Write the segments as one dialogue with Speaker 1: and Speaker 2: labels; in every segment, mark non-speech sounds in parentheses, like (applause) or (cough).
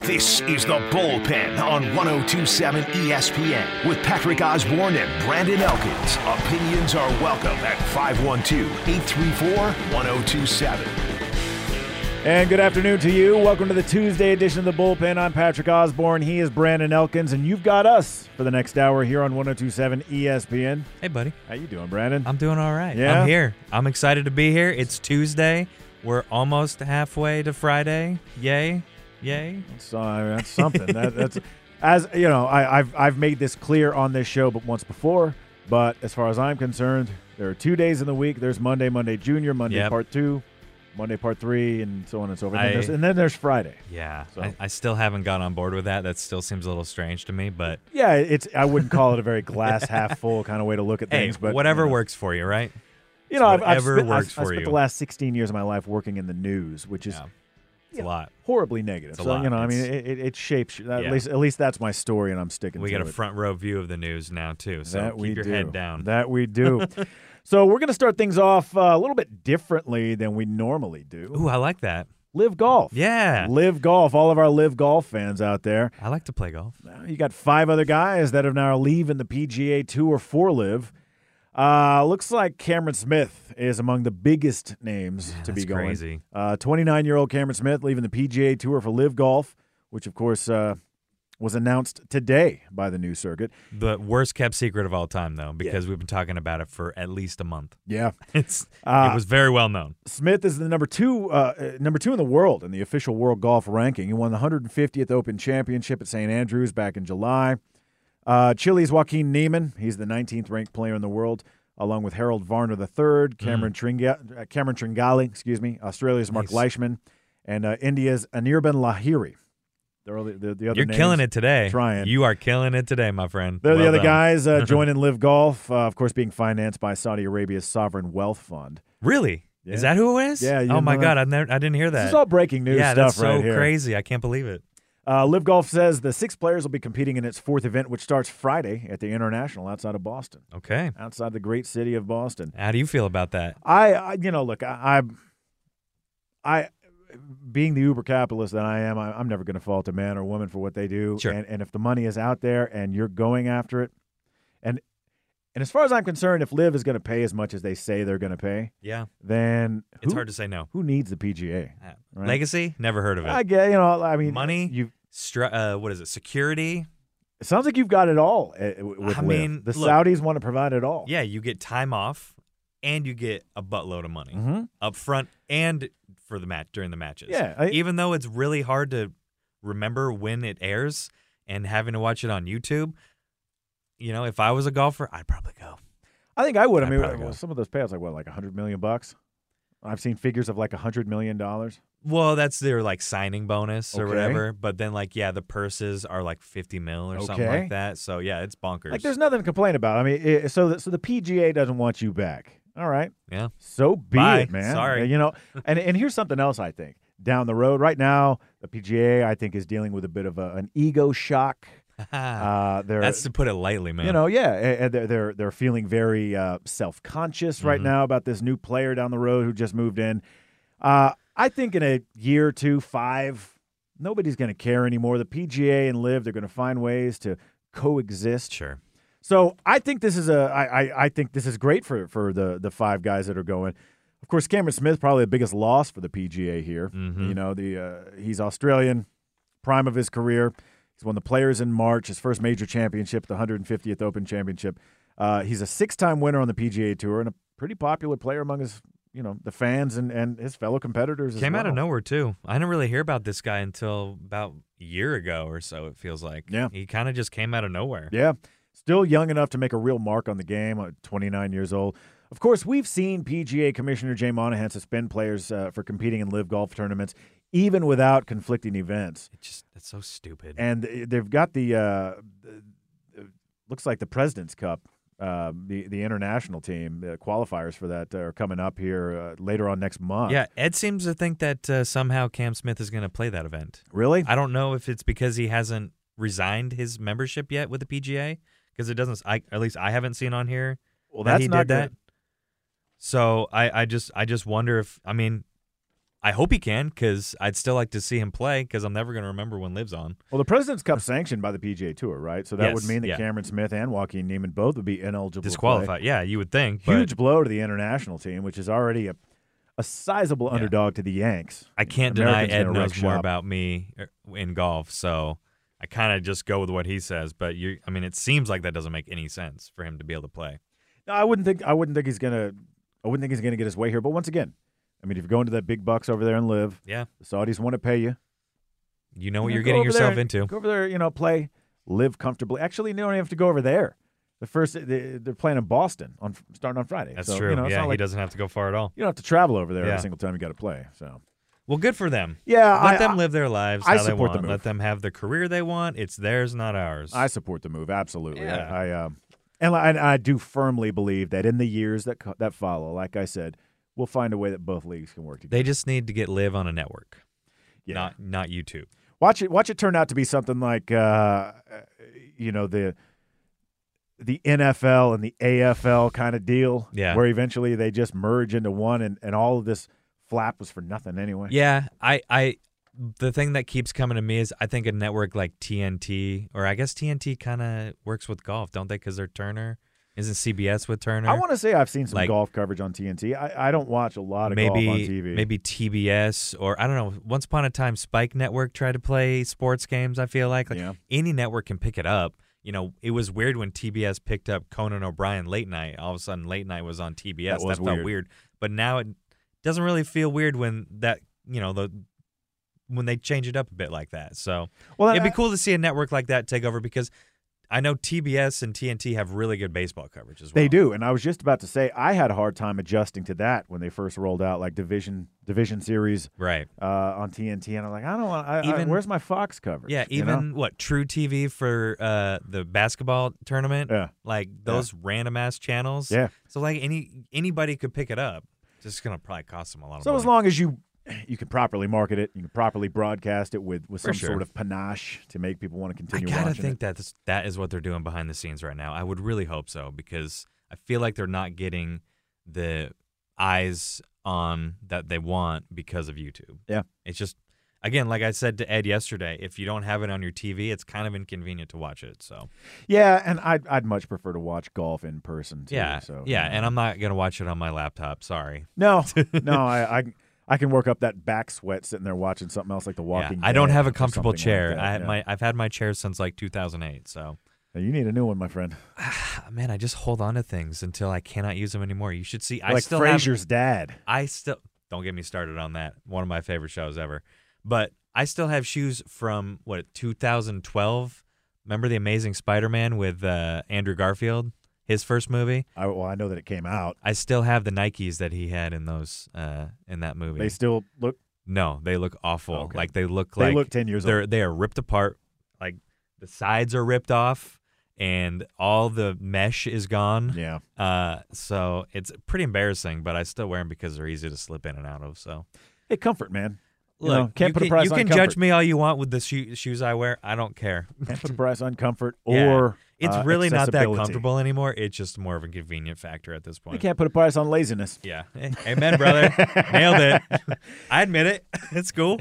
Speaker 1: This is the bullpen on 1027 ESPN with Patrick Osborne and Brandon Elkins. Opinions are welcome at 512 834 1027.
Speaker 2: And good afternoon to you. Welcome to the Tuesday edition of the Bullpen. I'm Patrick Osborne. He is Brandon Elkins, and you've got us for the next hour here on 1027 ESPN.
Speaker 3: Hey, buddy.
Speaker 2: How you doing, Brandon?
Speaker 3: I'm doing all right.
Speaker 2: Yeah?
Speaker 3: I'm here. I'm excited to be here. It's Tuesday. We're almost halfway to Friday. Yay. Yay.
Speaker 2: So uh, that's something. that, that's as you know, I, I've I've made this clear on this show, but once before. But as far as I'm concerned, there are two days in the week. There's Monday, Monday Junior, Monday
Speaker 3: Yep.
Speaker 2: Part Two, Monday Part Three, and so on and so forth. And,
Speaker 3: I-
Speaker 2: there's, and then there's Friday.
Speaker 3: Yeah.
Speaker 2: So-
Speaker 3: I, I still haven't got on board with that. That still seems a little strange to me, but
Speaker 2: Yeah, it's I wouldn't call it a very
Speaker 3: (laughs)
Speaker 2: glass half full kind of way to look at
Speaker 3: hey,
Speaker 2: things, but
Speaker 3: whatever
Speaker 2: you know.
Speaker 3: works for you, right?
Speaker 2: You know, I've, I've,
Speaker 3: whatever
Speaker 2: spent,
Speaker 3: works
Speaker 2: I've, I've
Speaker 3: for
Speaker 2: spent the
Speaker 3: you.
Speaker 2: last 16 years of my life working in the news, which is
Speaker 3: Yeah. It's
Speaker 2: Yeah.
Speaker 3: a lot.
Speaker 2: horribly negative.
Speaker 3: It's a
Speaker 2: so, you
Speaker 3: lot.
Speaker 2: know, I mean,
Speaker 3: It's-
Speaker 2: it, it, it shapes, at,
Speaker 3: Yeah.
Speaker 2: least, at least that's my story, and I'm sticking
Speaker 3: We
Speaker 2: to
Speaker 3: got a
Speaker 2: it.
Speaker 3: front row view of the news now, too. So
Speaker 2: that
Speaker 3: keep
Speaker 2: we
Speaker 3: your
Speaker 2: do.
Speaker 3: head down.
Speaker 2: That we
Speaker 3: (laughs)
Speaker 2: do. so, we're going to start things off uh, a little bit differently than we normally do.
Speaker 3: Ooh, I like that.
Speaker 2: Live golf.
Speaker 3: Yeah.
Speaker 2: Live golf. All of our live golf fans out there.
Speaker 3: I like to play golf.
Speaker 2: You got five other guys that are now leaving the PGA Tour for Live. Uh, looks like Cameron Smith is among the biggest names to be
Speaker 3: that's
Speaker 2: going.
Speaker 3: crazy.
Speaker 2: Uh, 29-year-old Cameron Smith leaving the PGA Tour for Live Golf, which of course uh, was announced today by the new circuit.
Speaker 3: The worst kept secret of all time, though, because we've been talking about it for at least a month. (laughs)
Speaker 2: Yeah,
Speaker 3: It's
Speaker 2: Ah.
Speaker 3: it was very well known.
Speaker 2: Smith is the number two, uh, uh, number two in the world in the official world golf ranking. He won the 150th Open Championship at St Andrews back in July. Uh, Chile's Joaquin Neiman, he's the 19th ranked player in the world, along with Harold Varner III,
Speaker 3: Mm.
Speaker 2: Cameron, Tringa- uh, Cameron Tringali, excuse me, Australia's Mark
Speaker 3: Nice.
Speaker 2: Leishman, and uh, India's Anirban Lahiri. They're all the, the, the other
Speaker 3: You're killing
Speaker 2: names.
Speaker 3: it today.
Speaker 2: Trying.
Speaker 3: You are killing it today, my friend.
Speaker 2: They're the
Speaker 3: Well
Speaker 2: other
Speaker 3: done.
Speaker 2: guys
Speaker 3: (laughs)
Speaker 2: uh, joining Live Golf, uh, of course, being financed by Saudi Arabia's sovereign wealth fund.
Speaker 3: Really? Is
Speaker 2: Yeah.
Speaker 3: that who it is?
Speaker 2: Yeah, you
Speaker 3: Oh
Speaker 2: didn't
Speaker 3: my
Speaker 2: know
Speaker 3: god,
Speaker 2: that?
Speaker 3: I never, I didn't hear that.
Speaker 2: This is all breaking news
Speaker 3: yeah,
Speaker 2: stuff
Speaker 3: that's
Speaker 2: right
Speaker 3: so
Speaker 2: here.
Speaker 3: crazy. I can't believe it.
Speaker 2: Uh, Live Golf says the six players will be competing in its fourth event, which starts Friday at the International outside of Boston,
Speaker 3: Okay.
Speaker 2: outside the great city of Boston.
Speaker 3: How do you feel about that?
Speaker 2: I, I you know, look, I, I, I being the uber capitalist that I am, I, I'm never going to fault a man or woman for what they do.
Speaker 3: Sure.
Speaker 2: And, and if the money is out there and you're going after it, and and as far as I'm concerned, if Live is going to pay as much as they say they're going to pay,
Speaker 3: Yeah.
Speaker 2: then
Speaker 3: It's
Speaker 2: who,
Speaker 3: hard to say no.
Speaker 2: who needs the PGA?
Speaker 3: Uh,
Speaker 2: Right.
Speaker 3: Legacy? Never heard of it.
Speaker 2: I get, you know, I mean,
Speaker 3: Money?
Speaker 2: You
Speaker 3: Stru- uh, what is it? Security?
Speaker 2: it sounds like you've got it all. uh, w- With
Speaker 3: I
Speaker 2: Liv.
Speaker 3: mean,
Speaker 2: the
Speaker 3: look-
Speaker 2: Saudis want to provide it all.
Speaker 3: Yeah, you get time off and you get a buttload of money
Speaker 2: hmm
Speaker 3: up front and for the match during the matches.
Speaker 2: Yeah, I-
Speaker 3: Even though it's really hard to remember when it airs and having to watch it on YouTube, you know, if I was a golfer, I'd probably go.
Speaker 2: I think I would. I
Speaker 3: I'd
Speaker 2: mean,
Speaker 3: probably
Speaker 2: well,
Speaker 3: go.
Speaker 2: some of those payouts, like what, like a hundred million bucks. I've seen figures of like a hundred million dollars.
Speaker 3: Well, that's their like signing bonus or
Speaker 2: Okay.
Speaker 3: whatever. But then like yeah, the purses are like fifty mil or something
Speaker 2: Okay.
Speaker 3: like that. So yeah, it's bonkers.
Speaker 2: Like, there's nothing to complain about. I mean, it, so the, so the PGA doesn't want you back. All right, (laughs)
Speaker 3: yeah.
Speaker 2: so be
Speaker 3: Bye.
Speaker 2: it, man.
Speaker 3: Sorry.
Speaker 2: you know. And and here's something else I think down the road. Right now, the PGA I think is dealing with a bit of a, an ego shock. Uh, they're
Speaker 3: Ah, that's to put it lightly, man.
Speaker 2: You know, yeah, a- and they're they're they're feeling very uh, self conscious right now about this new player down the road who just moved in. Uh, I think in a year or two, five, nobody's going to care anymore. The PGA and Live, they're going to find ways to coexist.
Speaker 3: sure.
Speaker 2: So I think this is a I, I, I think this is great for for the the five guys that are going. Of course, Cameron Smith probably the biggest loss for the PGA here.
Speaker 3: Mhm.
Speaker 2: You know, the uh, he's Australian, prime of his career. He's won the Players in March, his first major championship, the 150th Open Championship. Uh, he's a six-time winner on the PGA Tour and a pretty popular player among his you know the fans and and his fellow competitors. as
Speaker 3: Came out of
Speaker 2: well.
Speaker 3: nowhere too. I didn't really hear about this guy until about a year ago or so. It feels like.
Speaker 2: Yeah.
Speaker 3: He kind of just came out of nowhere.
Speaker 2: Yeah. Still young enough to make a real mark on the game, uh, 29 years old. Of course, we've seen PGA Commissioner Jay Monahan suspend players uh, for competing in live golf tournaments, even without conflicting events.
Speaker 3: It just it's so stupid.
Speaker 2: And they've got the, uh, the- the- looks like the President's Cup, uh, the, the international team, the qualifiers for that uh, are coming up here uh, later on next month.
Speaker 3: yeah, Ed seems to think that uh, somehow Cam Smith is going to play that event.
Speaker 2: Really?
Speaker 3: I don't know if it's because he hasn't resigned his membership yet with the PGA because it doesn't. I at least I haven't seen on here.
Speaker 2: Well,
Speaker 3: that
Speaker 2: that's
Speaker 3: he
Speaker 2: not
Speaker 3: did that. So I, I just I just wonder if I mean I hope he can because I'd still like to see him play because I'm never going to remember when Lives on.
Speaker 2: Well, the President's Cup sanctioned by the PGA Tour, right? So that would
Speaker 3: Yes,
Speaker 2: mean that
Speaker 3: yeah.
Speaker 2: Cameron Smith and Joaquin Neiman both would be ineligible. to play.
Speaker 3: Disqualified. Yeah, you would think. but
Speaker 2: Huge blow to the international team, which is already a, a sizable underdog to the Yanks.
Speaker 3: I can't
Speaker 2: Americans
Speaker 3: deny Ed
Speaker 2: gonna wreck
Speaker 3: knows more
Speaker 2: shop.
Speaker 3: about me er, in golf, so I kind of just go with what he says. But you, I mean, it seems like that doesn't make any sense for him to be able to play.
Speaker 2: No, I wouldn't think. I wouldn't think he's gonna. I wouldn't think he's gonna get his way here. But once again, I mean, if you're going to that big bucks over there and live,
Speaker 3: Yeah,
Speaker 2: the Saudis want to pay you.
Speaker 3: you know what
Speaker 2: Then
Speaker 3: you're
Speaker 2: go
Speaker 3: getting
Speaker 2: over there
Speaker 3: yourself
Speaker 2: and-
Speaker 3: into.
Speaker 2: Go over there, you know, play, live comfortably. Actually, you don't even have to go over there. The first they- they're playing in Boston on starting on Friday.
Speaker 3: That's
Speaker 2: So,
Speaker 3: true.
Speaker 2: You know, it's
Speaker 3: yeah,
Speaker 2: not
Speaker 3: he
Speaker 2: like-
Speaker 3: doesn't have to go far at all.
Speaker 2: You don't have to travel over there
Speaker 3: Yeah.
Speaker 2: every single time you got to play. So
Speaker 3: Well, good for them.
Speaker 2: yeah,
Speaker 3: Let
Speaker 2: I,
Speaker 3: them
Speaker 2: I-
Speaker 3: live their lives
Speaker 2: I
Speaker 3: how they
Speaker 2: support the
Speaker 3: want.
Speaker 2: move.
Speaker 3: Let them have the career they want. It's theirs, not ours.
Speaker 2: I support the move absolutely.
Speaker 3: Yeah.
Speaker 2: I, I um, and I, and I do firmly believe that in the years that co- that follow, like I said, we'll find a way that both leagues can work together.
Speaker 3: they just need to get live on a network,
Speaker 2: yeah.
Speaker 3: not not YouTube.
Speaker 2: watch it. Watch it turn out to be something like, uh, you know, the the NFL and the AFL kind of deal.
Speaker 3: Yeah.
Speaker 2: where eventually they just merge into one, and and all of this flap was for nothing anyway.
Speaker 3: Yeah, I, I, the thing that keeps coming to me is I think a network like TNT, or I guess TNT kind of works with golf, don't they? Because they're Turner. Isn't CBS with Turner?
Speaker 2: I want to say I've seen some
Speaker 3: Like-
Speaker 2: golf coverage on TNT. I, I don't watch a lot of
Speaker 3: maybe
Speaker 2: golf on TV.
Speaker 3: maybe TBS or I don't know. Once upon a time, Spike Network tried to play sports games. I feel like, like
Speaker 2: Yeah.
Speaker 3: any network can pick it up. You know, it was weird when TBS picked up Conan O'Brien late night. All of a sudden, late night was on TBS.
Speaker 2: That was
Speaker 3: felt
Speaker 2: weird.
Speaker 3: weird. But now it doesn't really feel weird when that you know the when they change it up a bit like that. So
Speaker 2: Well,
Speaker 3: it'd be
Speaker 2: I-
Speaker 3: cool to see a network like that take over because I know TBS and TNT have really good baseball coverage as well.
Speaker 2: They do, and I was just about to say I had a hard time adjusting to that when they first rolled out like division division series
Speaker 3: right.
Speaker 2: uh, on TNT, and I'm like, I don't want. I,
Speaker 3: Even-
Speaker 2: I, where's my Fox coverage?
Speaker 3: Yeah,
Speaker 2: you know?
Speaker 3: even what True TV for uh, the basketball tournament,
Speaker 2: Yeah.
Speaker 3: like those random ass channels.
Speaker 2: Yeah.
Speaker 3: So like any anybody could pick it up. Just gonna probably cost them a lot of
Speaker 2: So
Speaker 3: money.
Speaker 2: as long as you you can properly market it, you can properly broadcast it with with
Speaker 3: For
Speaker 2: some
Speaker 3: sure.
Speaker 2: sort of panache to make people want to
Speaker 3: I
Speaker 2: continue
Speaker 3: gotta
Speaker 2: watching
Speaker 3: think
Speaker 2: it.
Speaker 3: that that is what they're doing behind the scenes right now. I would really hope so because I feel like they're not getting the eyes on that they want because of YouTube.
Speaker 2: Yeah.
Speaker 3: It's just again, like I said to Ed yesterday, if you don't have it on your TV, it's kind of inconvenient to watch it. So
Speaker 2: Yeah, and I'd I'd much prefer to watch golf in person. Too,
Speaker 3: yeah,
Speaker 2: So
Speaker 3: yeah,
Speaker 2: you know.
Speaker 3: and I'm not gonna watch it on my laptop. Sorry.
Speaker 2: no,
Speaker 3: (laughs)
Speaker 2: no, I. I I can work up that back sweat sitting there watching something else like The Walking.
Speaker 3: I don't
Speaker 2: Dead
Speaker 3: have a
Speaker 2: or
Speaker 3: comfortable
Speaker 2: something like
Speaker 3: chair.
Speaker 2: that,
Speaker 3: I had
Speaker 2: yeah.
Speaker 3: my I've had my chair since like 2008. So (sighs)
Speaker 2: You need a new one, my friend.
Speaker 3: man, I just hold on to things until I cannot use them anymore. You should see. I
Speaker 2: like
Speaker 3: still have,
Speaker 2: Frasier's dad.
Speaker 3: I still don't get me started on that. One of my favorite shows ever. But I still have shoes from what 2012. Remember the Amazing Spider-Man with uh, Andrew Garfield, his first movie.
Speaker 2: I, well, I know that it came out.
Speaker 3: I still have the Nikes that he had in those uh, in that movie.
Speaker 2: They still look.
Speaker 3: No, they look awful.
Speaker 2: Oh, okay.
Speaker 3: Like they look
Speaker 2: They
Speaker 3: like
Speaker 2: look 10 years
Speaker 3: they're, They are ripped apart. Like the sides are ripped off, and all the mesh is gone.
Speaker 2: Yeah.
Speaker 3: Uh, so it's pretty embarrassing, but I still wear them because they're easy to slip in and out of. So
Speaker 2: Hey, comfort, man. You
Speaker 3: look,
Speaker 2: know, can't
Speaker 3: you
Speaker 2: put a
Speaker 3: can,
Speaker 2: price
Speaker 3: you
Speaker 2: on
Speaker 3: can
Speaker 2: comfort.
Speaker 3: judge me all you want with the shoe, shoes I wear. I
Speaker 2: (laughs)
Speaker 3: don't care.
Speaker 2: Can't
Speaker 3: (laughs)
Speaker 2: put a price on comfort or
Speaker 3: Yeah. It's
Speaker 2: uh,
Speaker 3: really not that
Speaker 2: accessibility.
Speaker 3: comfortable anymore. It's just more of a convenient factor at this
Speaker 2: You
Speaker 3: point.
Speaker 2: can't put a price on laziness.
Speaker 3: Yeah. Eh,
Speaker 2: (laughs)
Speaker 3: Amen, brother. Nailed it. I admit it. (laughs) It's cool.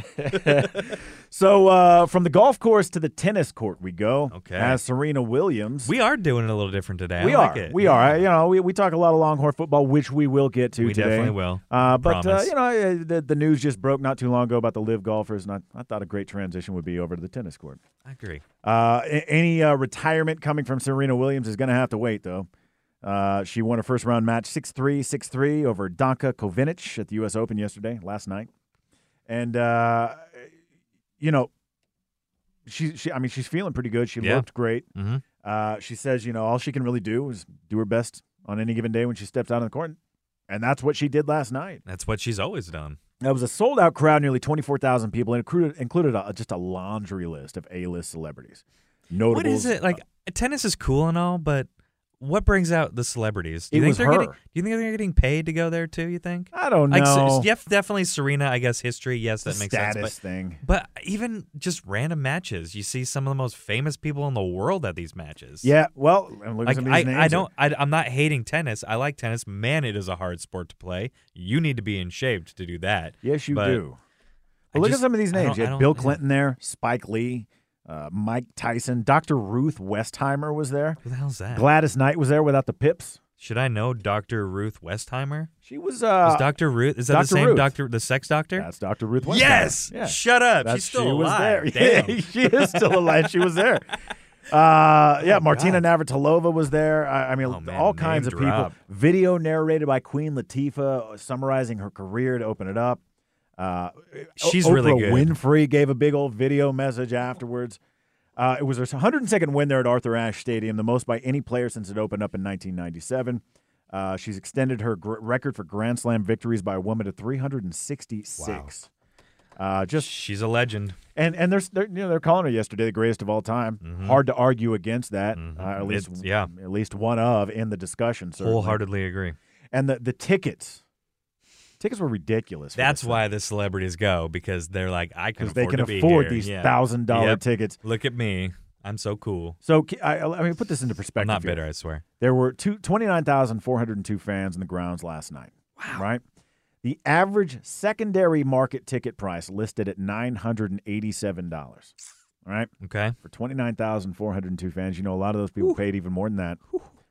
Speaker 2: So uh, from the golf course to the tennis court we go.
Speaker 3: Okay.
Speaker 2: As Serena Williams.
Speaker 3: We are doing it a little different today.
Speaker 2: We
Speaker 3: I
Speaker 2: are.
Speaker 3: like it.
Speaker 2: We are. I- You know, we, we talk a lot of Longhorn football, which we will get to
Speaker 3: We
Speaker 2: today.
Speaker 3: definitely will.
Speaker 2: Uh, but uh,
Speaker 3: Promise.
Speaker 2: you know, uh, the, the news just broke not too long ago about the live golfers, and I, I thought a great transition would be over to the tennis court.
Speaker 3: I agree.
Speaker 2: Uh, a- any uh, retirement coming from Serena Williams is going to have to wait, though. Uh, she won a first round match 6 3 6 3 over Danka Kovinic at the U.S. Open yesterday, last night. And, uh, you know, she, she, I mean, she's feeling pretty good. She
Speaker 3: Yeah.
Speaker 2: looked great.
Speaker 3: Mhm.
Speaker 2: Uh, she says, you know, all she can really do is do her best on any given day when she steps out on the court. And that's what she did last night.
Speaker 3: That's what she's always done.
Speaker 2: That was a sold out crowd, nearly 24,000 people, and included, included a, just a laundry list of A list celebrities. Notables.
Speaker 3: uh, What is it like? Tennis is cool and all, but What brings out the celebrities? Do
Speaker 2: It
Speaker 3: you think
Speaker 2: was
Speaker 3: they're
Speaker 2: her.
Speaker 3: Getting, do you think they're getting paid to go there too? You think?
Speaker 2: I don't know.
Speaker 3: Like, so, yeah, definitely Serena. I guess history. Yes, that
Speaker 2: The
Speaker 3: makes
Speaker 2: status
Speaker 3: sense.
Speaker 2: thing.
Speaker 3: But, but even just random matches, you see some of the most famous people in the world at these matches.
Speaker 2: Yeah, well, and look at
Speaker 3: Like
Speaker 2: some of
Speaker 3: I,
Speaker 2: these names.
Speaker 3: I don't I, I'm not hating tennis. I like tennis. Man, it is a hard sport to play. You need to be in shape to do that.
Speaker 2: Yes, you
Speaker 3: But
Speaker 2: do.
Speaker 3: I
Speaker 2: But look
Speaker 3: just-
Speaker 2: at some of these
Speaker 3: I
Speaker 2: names.
Speaker 3: don't-
Speaker 2: You
Speaker 3: I
Speaker 2: had
Speaker 3: don't-
Speaker 2: Bill
Speaker 3: yeah.
Speaker 2: Clinton there, Spike Lee, uh, Mike Tyson, Dr. Ruth Westheimer was there.
Speaker 3: Who the hell's that?
Speaker 2: Gladys Knight was there without the pips.
Speaker 3: Should I know Dr. Ruth Westheimer?
Speaker 2: She was.
Speaker 3: Is
Speaker 2: Uh,
Speaker 3: Dr. Ruth is that
Speaker 2: Dr.
Speaker 3: the same
Speaker 2: Ruth.
Speaker 3: doctor the sex doctor?
Speaker 2: that's Dr. Ruth Westheimer.
Speaker 3: yes.
Speaker 2: Yeah.
Speaker 3: Shut up.
Speaker 2: That's,
Speaker 3: She's still
Speaker 2: she
Speaker 3: alive.
Speaker 2: was there. (laughs)
Speaker 3: Damn.
Speaker 2: Yeah, she is still alive. She was
Speaker 3: (laughs)
Speaker 2: there. Uh, yeah, Martina Navratilova was there. I, I mean,
Speaker 3: Oh, man,
Speaker 2: all kinds of
Speaker 3: name
Speaker 2: people.
Speaker 3: drop.
Speaker 2: Video narrated by Queen Latifah, summarizing her career to open it up. Uh, O-
Speaker 3: She's
Speaker 2: Oprah
Speaker 3: really good.
Speaker 2: Winfrey gave a big old video message afterwards. Uh, it was her 102nd win there at Arthur Ashe Stadium, the most by any player since it opened up in 1997. Uh, she's extended her gr- record for Grand Slam victories by a woman to 366. Uh, just
Speaker 3: She's a legend.
Speaker 2: and and they're, they're you know they're calling her yesterday the greatest of all time. Hard to argue against that. Uh, at least
Speaker 3: Mm-hmm. It's- yeah.
Speaker 2: at least one of in the discussion. Certainly.
Speaker 3: Wholeheartedly agree.
Speaker 2: And the the tickets, tickets were ridiculous. for
Speaker 3: That's
Speaker 2: this
Speaker 3: why the celebrities go because they're like, I can
Speaker 2: because
Speaker 3: afford
Speaker 2: they can
Speaker 3: to be
Speaker 2: afford
Speaker 3: here.
Speaker 2: these
Speaker 3: Yeah.
Speaker 2: thousand dollar
Speaker 3: Yep.
Speaker 2: tickets.
Speaker 3: Look at me. I'm so cool.
Speaker 2: So ca- I, I mean, put this into perspective.
Speaker 3: I'm not
Speaker 2: here.
Speaker 3: bitter, I swear.
Speaker 2: There were two, 29,402 fans in the grounds last night. Wow. Right? The average secondary market ticket price listed at $987. All right?
Speaker 3: Okay.
Speaker 2: For 29,402 fans, you know a lot of those people paid even more than that.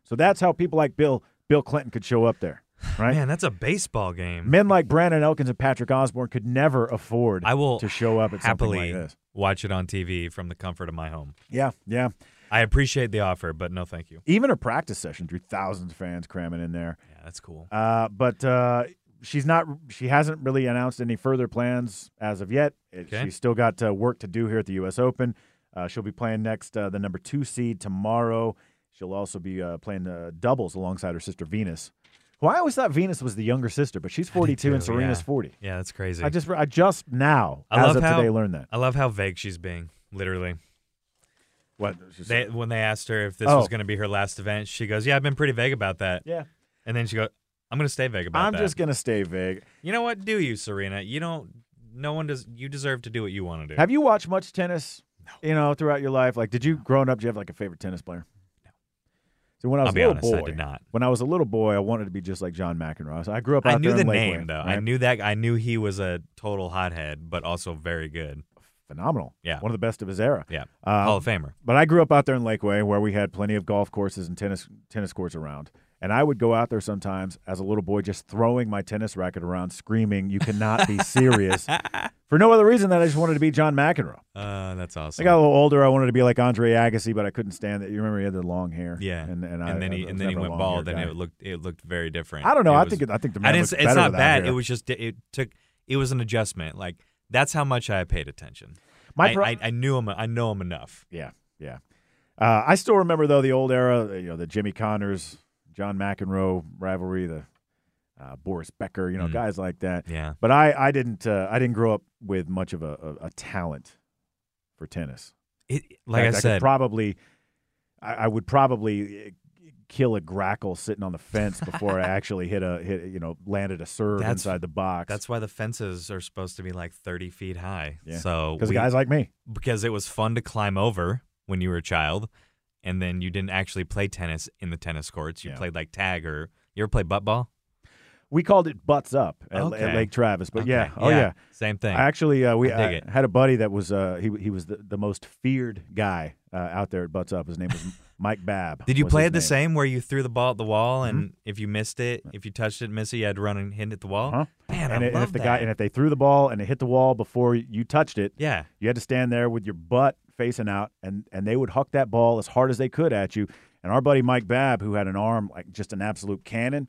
Speaker 2: So that's how people like Bill Bill Clinton could show up
Speaker 3: (sighs)
Speaker 2: there, right?
Speaker 3: Man, that's a baseball game.
Speaker 2: Men like Brandon Elkins and Patrick Osborne could never afford
Speaker 3: I will
Speaker 2: to show up at
Speaker 3: happily
Speaker 2: something like this.
Speaker 3: watch it on TV from the comfort of my home.
Speaker 2: Yeah, yeah.
Speaker 3: I appreciate the offer, but no thank you.
Speaker 2: Even a practice session drew thousands of fans cramming in there.
Speaker 3: Yeah, that's cool.
Speaker 2: Uh, but uh, she's not. She hasn't really announced any further plans as of yet. It-
Speaker 3: Okay.
Speaker 2: She's still got uh, work to do here at the U.S. Open. Uh, she'll be playing next uh, the number two seed tomorrow. She'll also be uh, playing uh, doubles alongside her sister Venus, who I always thought Venus was the younger sister, but she's 42 and
Speaker 3: too,
Speaker 2: Serena's
Speaker 3: yeah.
Speaker 2: 40.
Speaker 3: Yeah, that's crazy.
Speaker 2: I just I just now
Speaker 3: I
Speaker 2: as
Speaker 3: love
Speaker 2: of
Speaker 3: how-
Speaker 2: today learned that.
Speaker 3: I love how vague she's being, literally.
Speaker 2: What?
Speaker 3: They, when they asked her if this
Speaker 2: Oh.
Speaker 3: was going to be her last event, she goes, "Yeah, I've been pretty vague about that."
Speaker 2: yeah,
Speaker 3: And then she goes, "I'm going to stay vague about
Speaker 2: I'm
Speaker 3: that."
Speaker 2: just gonna stay vague.
Speaker 3: You know what? Do you, Serena? You don't. No one does. You deserve to do what you want to do.
Speaker 2: Have you watched much tennis? You know, throughout your life, like, did you growing up? Do you have like a favorite tennis player? No. So when I was
Speaker 3: I'll
Speaker 2: a
Speaker 3: be
Speaker 2: little
Speaker 3: honest,
Speaker 2: boy,
Speaker 3: I did not.
Speaker 2: When I was a little boy, I wanted to be just like John McEnroe. So I grew up.
Speaker 3: I
Speaker 2: out
Speaker 3: knew
Speaker 2: there
Speaker 3: the
Speaker 2: in
Speaker 3: name
Speaker 2: Lakeland,
Speaker 3: though. I
Speaker 2: right?
Speaker 3: knew that. I knew he was a total hothead, but also very good.
Speaker 2: phenomenal.
Speaker 3: Yeah.
Speaker 2: one of the best of his era.
Speaker 3: Yeah,
Speaker 2: Um,
Speaker 3: Hall of Famer.
Speaker 2: But I grew up out there in Lakeway, where we had plenty of golf courses and tennis tennis courts around. And I would go out there sometimes as a little boy, just throwing my tennis racket around, screaming, "You cannot be
Speaker 3: (laughs)
Speaker 2: serious!" for no other reason than I just wanted to be John McEnroe.
Speaker 3: Uh, that's
Speaker 2: I
Speaker 3: awesome.
Speaker 2: got a little older. I wanted to be like Andre Agassi, but I couldn't stand it. You remember he had the long hair.
Speaker 3: yeah,
Speaker 2: and, and, I,
Speaker 3: then
Speaker 2: I
Speaker 3: he
Speaker 2: was
Speaker 3: and then he
Speaker 2: never a
Speaker 3: went
Speaker 2: long-haired
Speaker 3: bald, and
Speaker 2: guy.
Speaker 3: it looked it looked very different.
Speaker 2: I don't know.
Speaker 3: It
Speaker 2: I
Speaker 3: was-
Speaker 2: think it, I think the man
Speaker 3: I didn't.
Speaker 2: looks
Speaker 3: say- It's
Speaker 2: better
Speaker 3: not
Speaker 2: without
Speaker 3: bad.
Speaker 2: hair.
Speaker 3: It was just it took. It was an adjustment. Like that's how much I paid attention.
Speaker 2: My
Speaker 3: I,
Speaker 2: pro-
Speaker 3: I, I knew him. I know him enough.
Speaker 2: yeah, yeah. Uh, I still remember though the old era. You know the Jimmy Connors, John McEnroe rivalry, the uh, Boris Becker. You know
Speaker 3: Mm.
Speaker 2: guys like that.
Speaker 3: Yeah.
Speaker 2: But I I didn't uh, I didn't grow up with much of a, a, a talent for tennis.
Speaker 3: It,
Speaker 2: In
Speaker 3: like
Speaker 2: fact,
Speaker 3: I
Speaker 2: could
Speaker 3: said,
Speaker 2: probably I, I would probably eh, kill a grackle sitting on the fence before
Speaker 3: (laughs)
Speaker 2: I actually hit a hit you know landed a serve
Speaker 3: That's-
Speaker 2: inside the box.
Speaker 3: that's why the fences are supposed to be like 30 feet high.
Speaker 2: Yeah.
Speaker 3: So
Speaker 2: because
Speaker 3: we-
Speaker 2: guys like me.
Speaker 3: because it was fun to climb over when you were a child, and then you didn't actually play tennis in the tennis courts. You
Speaker 2: Yeah.
Speaker 3: played like tag or you ever play butt ball?
Speaker 2: We called it butts up at, at
Speaker 3: Okay.
Speaker 2: Lake Travis, but yeah,
Speaker 3: Okay.
Speaker 2: oh yeah.
Speaker 3: same thing.
Speaker 2: I actually uh, we
Speaker 3: I dig
Speaker 2: I
Speaker 3: it.
Speaker 2: had a buddy that was uh, he he was the, the most feared guy uh, out there at butts up. His name was (laughs) Mike Babb.
Speaker 3: Did you
Speaker 2: was
Speaker 3: play
Speaker 2: his
Speaker 3: it the
Speaker 2: name.
Speaker 3: same where you threw the ball at the wall
Speaker 2: Mm-hmm.
Speaker 3: and if you missed it, if you touched it, and missed it, you had to run and hit it at the wall?
Speaker 2: Uh-huh.
Speaker 3: Man,
Speaker 2: And,
Speaker 3: I
Speaker 2: it- and
Speaker 3: love
Speaker 2: if the
Speaker 3: that.
Speaker 2: guy and if they threw the ball and it hit the wall before you touched it,
Speaker 3: yeah.
Speaker 2: You had to stand there with your butt facing out, and and they would huck that ball as hard as they could at you. And our buddy Mike Babb, who had an arm like just an absolute cannon,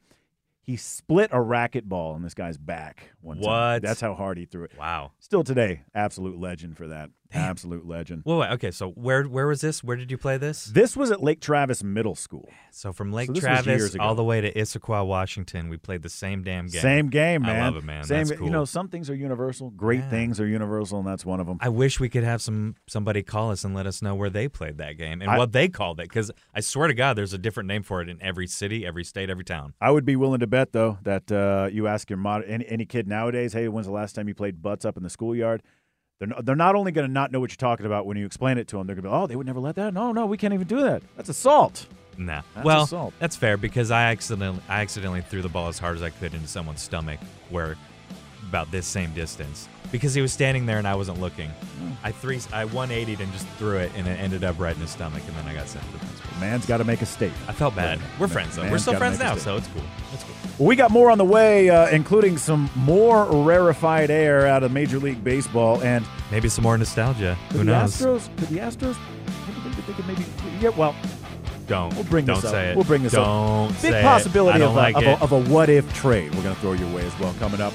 Speaker 2: he split a racket ball on this guy's back one time.
Speaker 3: What?
Speaker 2: That's how hard he threw it.
Speaker 3: Wow.
Speaker 2: Still today, absolute legend for that. Absolute legend.
Speaker 3: Whoa, wait, okay. So where where was this? Where did you play this?
Speaker 2: This was at Lake Travis Middle School.
Speaker 3: So from Lake
Speaker 2: So this was years
Speaker 3: Travis
Speaker 2: ago.
Speaker 3: all the way to Issaquah, Washington, we played the same damn game.
Speaker 2: Same game,
Speaker 3: I
Speaker 2: man.
Speaker 3: love it, man.
Speaker 2: Same,
Speaker 3: That's
Speaker 2: you know,
Speaker 3: cool.
Speaker 2: some things are universal. Great
Speaker 3: Yeah.
Speaker 2: things are universal, and that's one of them.
Speaker 3: I wish we could have some somebody call us and let us know where they played that game and
Speaker 2: I-
Speaker 3: what they called it. Because I swear to God, there's a different name for it in every city, every state, every town.
Speaker 2: I would be willing to bet, though, that uh, you ask your mod- any, any kid nowadays, "Hey, when's the last time you played butts up in the schoolyard?" They're no- they're not only going to not know what you're talking about when you explain it to them. They're going to be, "Oh, they would never let that. No, no, we can't even do that. That's assault."
Speaker 3: Nah.
Speaker 2: That's
Speaker 3: well,
Speaker 2: assault.
Speaker 3: that's fair because I accidentally I accidentally threw the ball as hard as I could into someone's stomach, where about this same distance because he was standing there and I wasn't looking.
Speaker 2: Oh.
Speaker 3: I three I 180'd and just threw it and it ended up right in his stomach and then I got sent to the principal.
Speaker 2: Man's got to make a statement.
Speaker 3: I felt bad. We're friends though. We're
Speaker 2: Man's
Speaker 3: still
Speaker 2: gotta
Speaker 3: friends
Speaker 2: make a
Speaker 3: now, so
Speaker 2: statement.
Speaker 3: it's cool. It's cool.
Speaker 2: Well, we got more on the way, uh, including some more rarefied air out of Major League Baseball and.
Speaker 3: Maybe some more nostalgia.
Speaker 2: Could
Speaker 3: Who
Speaker 2: the
Speaker 3: knows?
Speaker 2: Astros? Could the Astros? I think that they could maybe. Yeah, well,
Speaker 3: Don't.
Speaker 2: we'll bring
Speaker 3: don't
Speaker 2: this up.
Speaker 3: say it.
Speaker 2: We'll bring this
Speaker 3: don't
Speaker 2: up.
Speaker 3: Don't
Speaker 2: Big
Speaker 3: say
Speaker 2: possibility
Speaker 3: it. I
Speaker 2: of,
Speaker 3: don't
Speaker 2: a,
Speaker 3: like
Speaker 2: of,
Speaker 3: it.
Speaker 2: a, of a what if trade. We're going to throw your way as well coming up.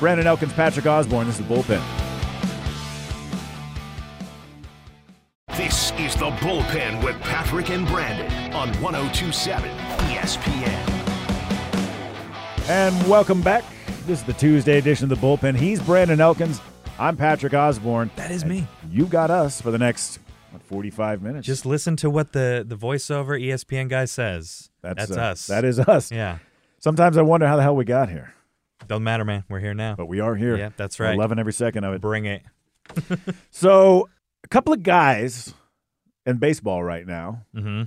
Speaker 2: Brandon Elkins, Patrick Osborne. This is the bullpen.
Speaker 1: This is the bullpen with Patrick and Brandon on 1027 ESPN.
Speaker 2: And welcome back. This is the Tuesday edition of the bullpen. He's Brandon Elkins. I'm Patrick Osborne.
Speaker 3: That is
Speaker 2: And
Speaker 3: me.
Speaker 2: You got us for the next what, 45 minutes.
Speaker 3: Just listen to what the the voiceover E ESPN guy says. That's,
Speaker 2: uh,
Speaker 3: us.
Speaker 2: That is us.
Speaker 3: Yeah.
Speaker 2: Sometimes I wonder how the hell we got here,
Speaker 3: Doesn't matter, man. We're here now.
Speaker 2: but we are here.
Speaker 3: Yeah, that's
Speaker 2: We're
Speaker 3: right.
Speaker 2: loving every second of it.
Speaker 3: Bring it.
Speaker 2: So, a couple of guys in baseball right now
Speaker 3: Mm-hmm.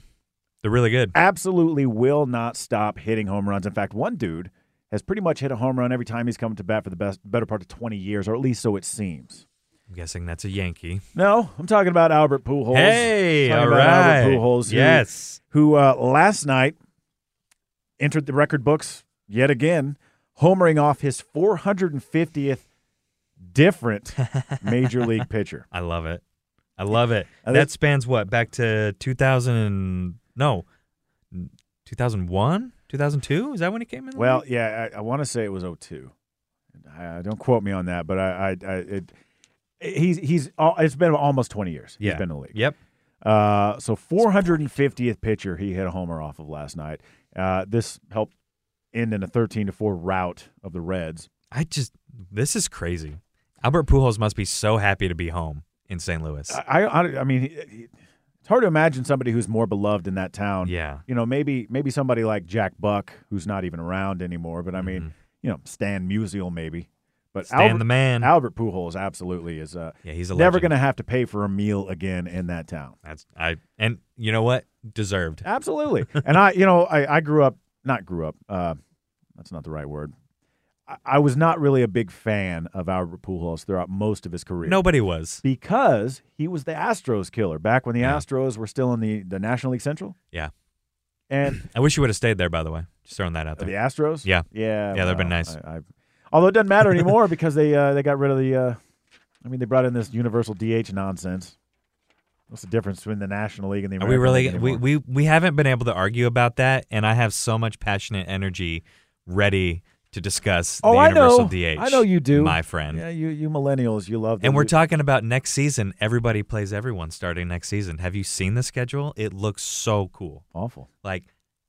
Speaker 3: They're really good.
Speaker 2: absolutely will not stop hitting home runs. In fact, one dude has pretty much hit a home run every time he's come to bat for the best better part of 20 years, or at least so it seems.
Speaker 3: I'm guessing that's a Yankee.
Speaker 2: No, I'm talking about Albert Pujols.
Speaker 3: Hey,
Speaker 2: Talking
Speaker 3: all
Speaker 2: about
Speaker 3: right.
Speaker 2: Albert Pujols, who-
Speaker 3: yes.
Speaker 2: who uh, last night entered the record books yet again, homering off his 450th
Speaker 3: (laughs)
Speaker 2: different major league pitcher.
Speaker 3: I love it. I love it.
Speaker 2: I think-
Speaker 3: that spans what? Back to 2000 and, no, 2001? 2002? Is that when he came in? the
Speaker 2: Well,
Speaker 3: league?
Speaker 2: yeah, I, I want to say it was 02. Uh, don't quote me on that, but I, I, I it, he's he's al- it's been almost 20 years.
Speaker 3: yeah.
Speaker 2: He's been in the league.
Speaker 3: Yep.
Speaker 2: Uh, so 450th pitcher he hit a homer off of last night. Uh, this helped end in a 13 to 4 rout of the Reds.
Speaker 3: I just, this is crazy. Albert Pujols must be so happy to be home in St. Louis.
Speaker 2: I I, I mean, he- he- it's hard to imagine somebody who's more beloved in that town.
Speaker 3: yeah.
Speaker 2: You know, maybe maybe somebody like Jack Buck, who's not even around anymore. But I mean, you know, Stan Musial maybe. But
Speaker 3: Mm-hmm. Stan
Speaker 2: Albert,
Speaker 3: the man.
Speaker 2: Albert Pujols absolutely is uh,
Speaker 3: yeah, he's a
Speaker 2: never
Speaker 3: legend.
Speaker 2: going to have to pay for a meal again in that town.
Speaker 3: That's, I, and you know what? Deserved. (laughs)
Speaker 2: Absolutely. and I, you know, I, I grew up, not grew up, uh, that's not the right word. I, I was not really a big fan of Albert Pujols throughout most of his career.
Speaker 3: Nobody was.
Speaker 2: Because he was the Astros killer back when the
Speaker 3: Yeah.
Speaker 2: Astros were still in the, the National League Central.
Speaker 3: Yeah.
Speaker 2: And
Speaker 3: I wish you would have stayed there, by the way. Just throwing that out
Speaker 2: the
Speaker 3: there.
Speaker 2: Astros?
Speaker 3: Yeah.
Speaker 2: Yeah.
Speaker 3: Yeah, they've been
Speaker 2: well,
Speaker 3: nice.
Speaker 2: I, I, although it doesn't matter anymore (laughs) because they uh, they got rid of the, uh, I mean, they brought in this universal DH nonsense. What's the difference between the National League and the
Speaker 3: Are
Speaker 2: American
Speaker 3: we really
Speaker 2: League
Speaker 3: we,
Speaker 2: anymore?
Speaker 3: we we haven't been able to argue about that and I have so much passionate energy ready to discuss
Speaker 2: Oh,
Speaker 3: the
Speaker 2: I
Speaker 3: universal
Speaker 2: know.
Speaker 3: DH.
Speaker 2: I know you do.
Speaker 3: My friend.
Speaker 2: Yeah, you you millennials, you love. the-
Speaker 3: And we're
Speaker 2: you-
Speaker 3: talking about next season. Everybody plays everyone starting next season. Have you seen the schedule? It looks so cool.
Speaker 2: awful.
Speaker 3: Like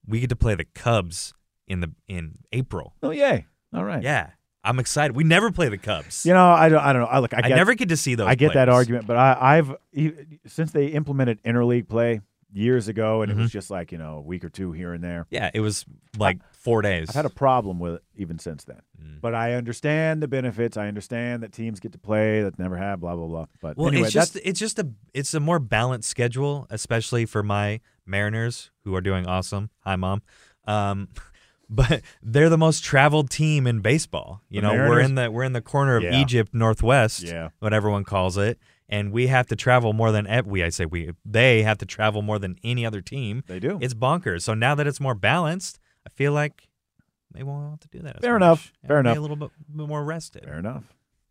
Speaker 3: we get to play the Cubs in the in April.
Speaker 2: Oh yay! All right.
Speaker 3: Yeah. I'm excited. We never play the Cubs.
Speaker 2: You know, I don't. I don't know. I look. I,
Speaker 3: I,
Speaker 2: get,
Speaker 3: never get to see those.
Speaker 2: I get that
Speaker 3: players.
Speaker 2: argument, but I, I've e- since they implemented interleague play years ago,
Speaker 3: Mm-hmm.
Speaker 2: and it was just like you know a week or two here and there.
Speaker 3: Yeah, it was like four days.
Speaker 2: I've had a problem with it even since then.
Speaker 3: Mm.
Speaker 2: But I understand the benefits. I understand that teams get to play that never have. Blah blah blah. But
Speaker 3: Well,
Speaker 2: anyway,
Speaker 3: it's just
Speaker 2: that's,
Speaker 3: it's just a it's a more balanced schedule, especially for my Mariners who are doing awesome. Hi, mom. Um, (laughs) but they're the most traveled team in baseball. You
Speaker 2: The
Speaker 3: know, we're
Speaker 2: Mariners?
Speaker 3: in the we're in the corner of
Speaker 2: Yeah.
Speaker 3: Egypt Northwest,
Speaker 2: Yeah.
Speaker 3: what everyone calls it, and we have to travel more than ev- we. I say we. They have to travel more than any other team.
Speaker 2: they do.
Speaker 3: It's bonkers. So now that it's more balanced, I feel like they won't have to do that. as
Speaker 2: Fair
Speaker 3: much.
Speaker 2: enough.
Speaker 3: And
Speaker 2: Fair
Speaker 3: be
Speaker 2: enough.
Speaker 3: A little bit more rested.
Speaker 2: Fair enough.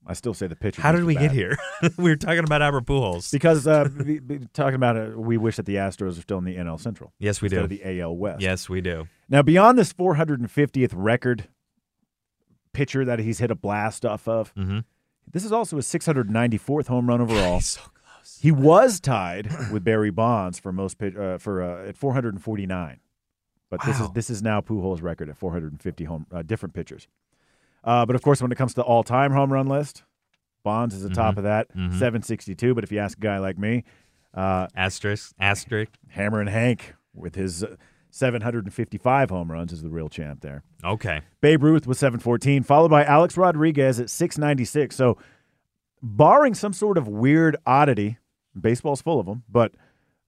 Speaker 2: I still say the pitcher.
Speaker 3: How
Speaker 2: needs
Speaker 3: did
Speaker 2: to
Speaker 3: we
Speaker 2: bat.
Speaker 3: get here? (laughs) we were talking about Albert Pujols.
Speaker 2: Because uh, (laughs) b- b- talking about it, we wish that the Astros are still in the NL Central
Speaker 3: Yes, we
Speaker 2: instead
Speaker 3: do.
Speaker 2: of the AL West.
Speaker 3: Yes, we do.
Speaker 2: Now, beyond this 450th record pitcher that he's hit a blast off of,
Speaker 3: Mm-hmm.
Speaker 2: this is also his 694th home run overall.
Speaker 3: He's so close. Yes.
Speaker 2: He was tied with Barry Bonds for most pitch, uh, for uh, at 449, but this is
Speaker 3: Wow.
Speaker 2: this is now Pujols' record at 450 home uh, different pitchers. Uh, but of course, when it comes to all-time home run list, Bonds is the top of that,
Speaker 3: Mhm.
Speaker 2: 762. But if you ask a guy like me, uh,
Speaker 3: Asterisk. Asterisk.
Speaker 2: Hammer and Hank with his uh, 755 home runs is the real champ there.
Speaker 3: Okay.
Speaker 2: Babe Ruth was 714, followed by Alex Rodriguez at 696. So, barring some sort of weird oddity, baseball's full of them, but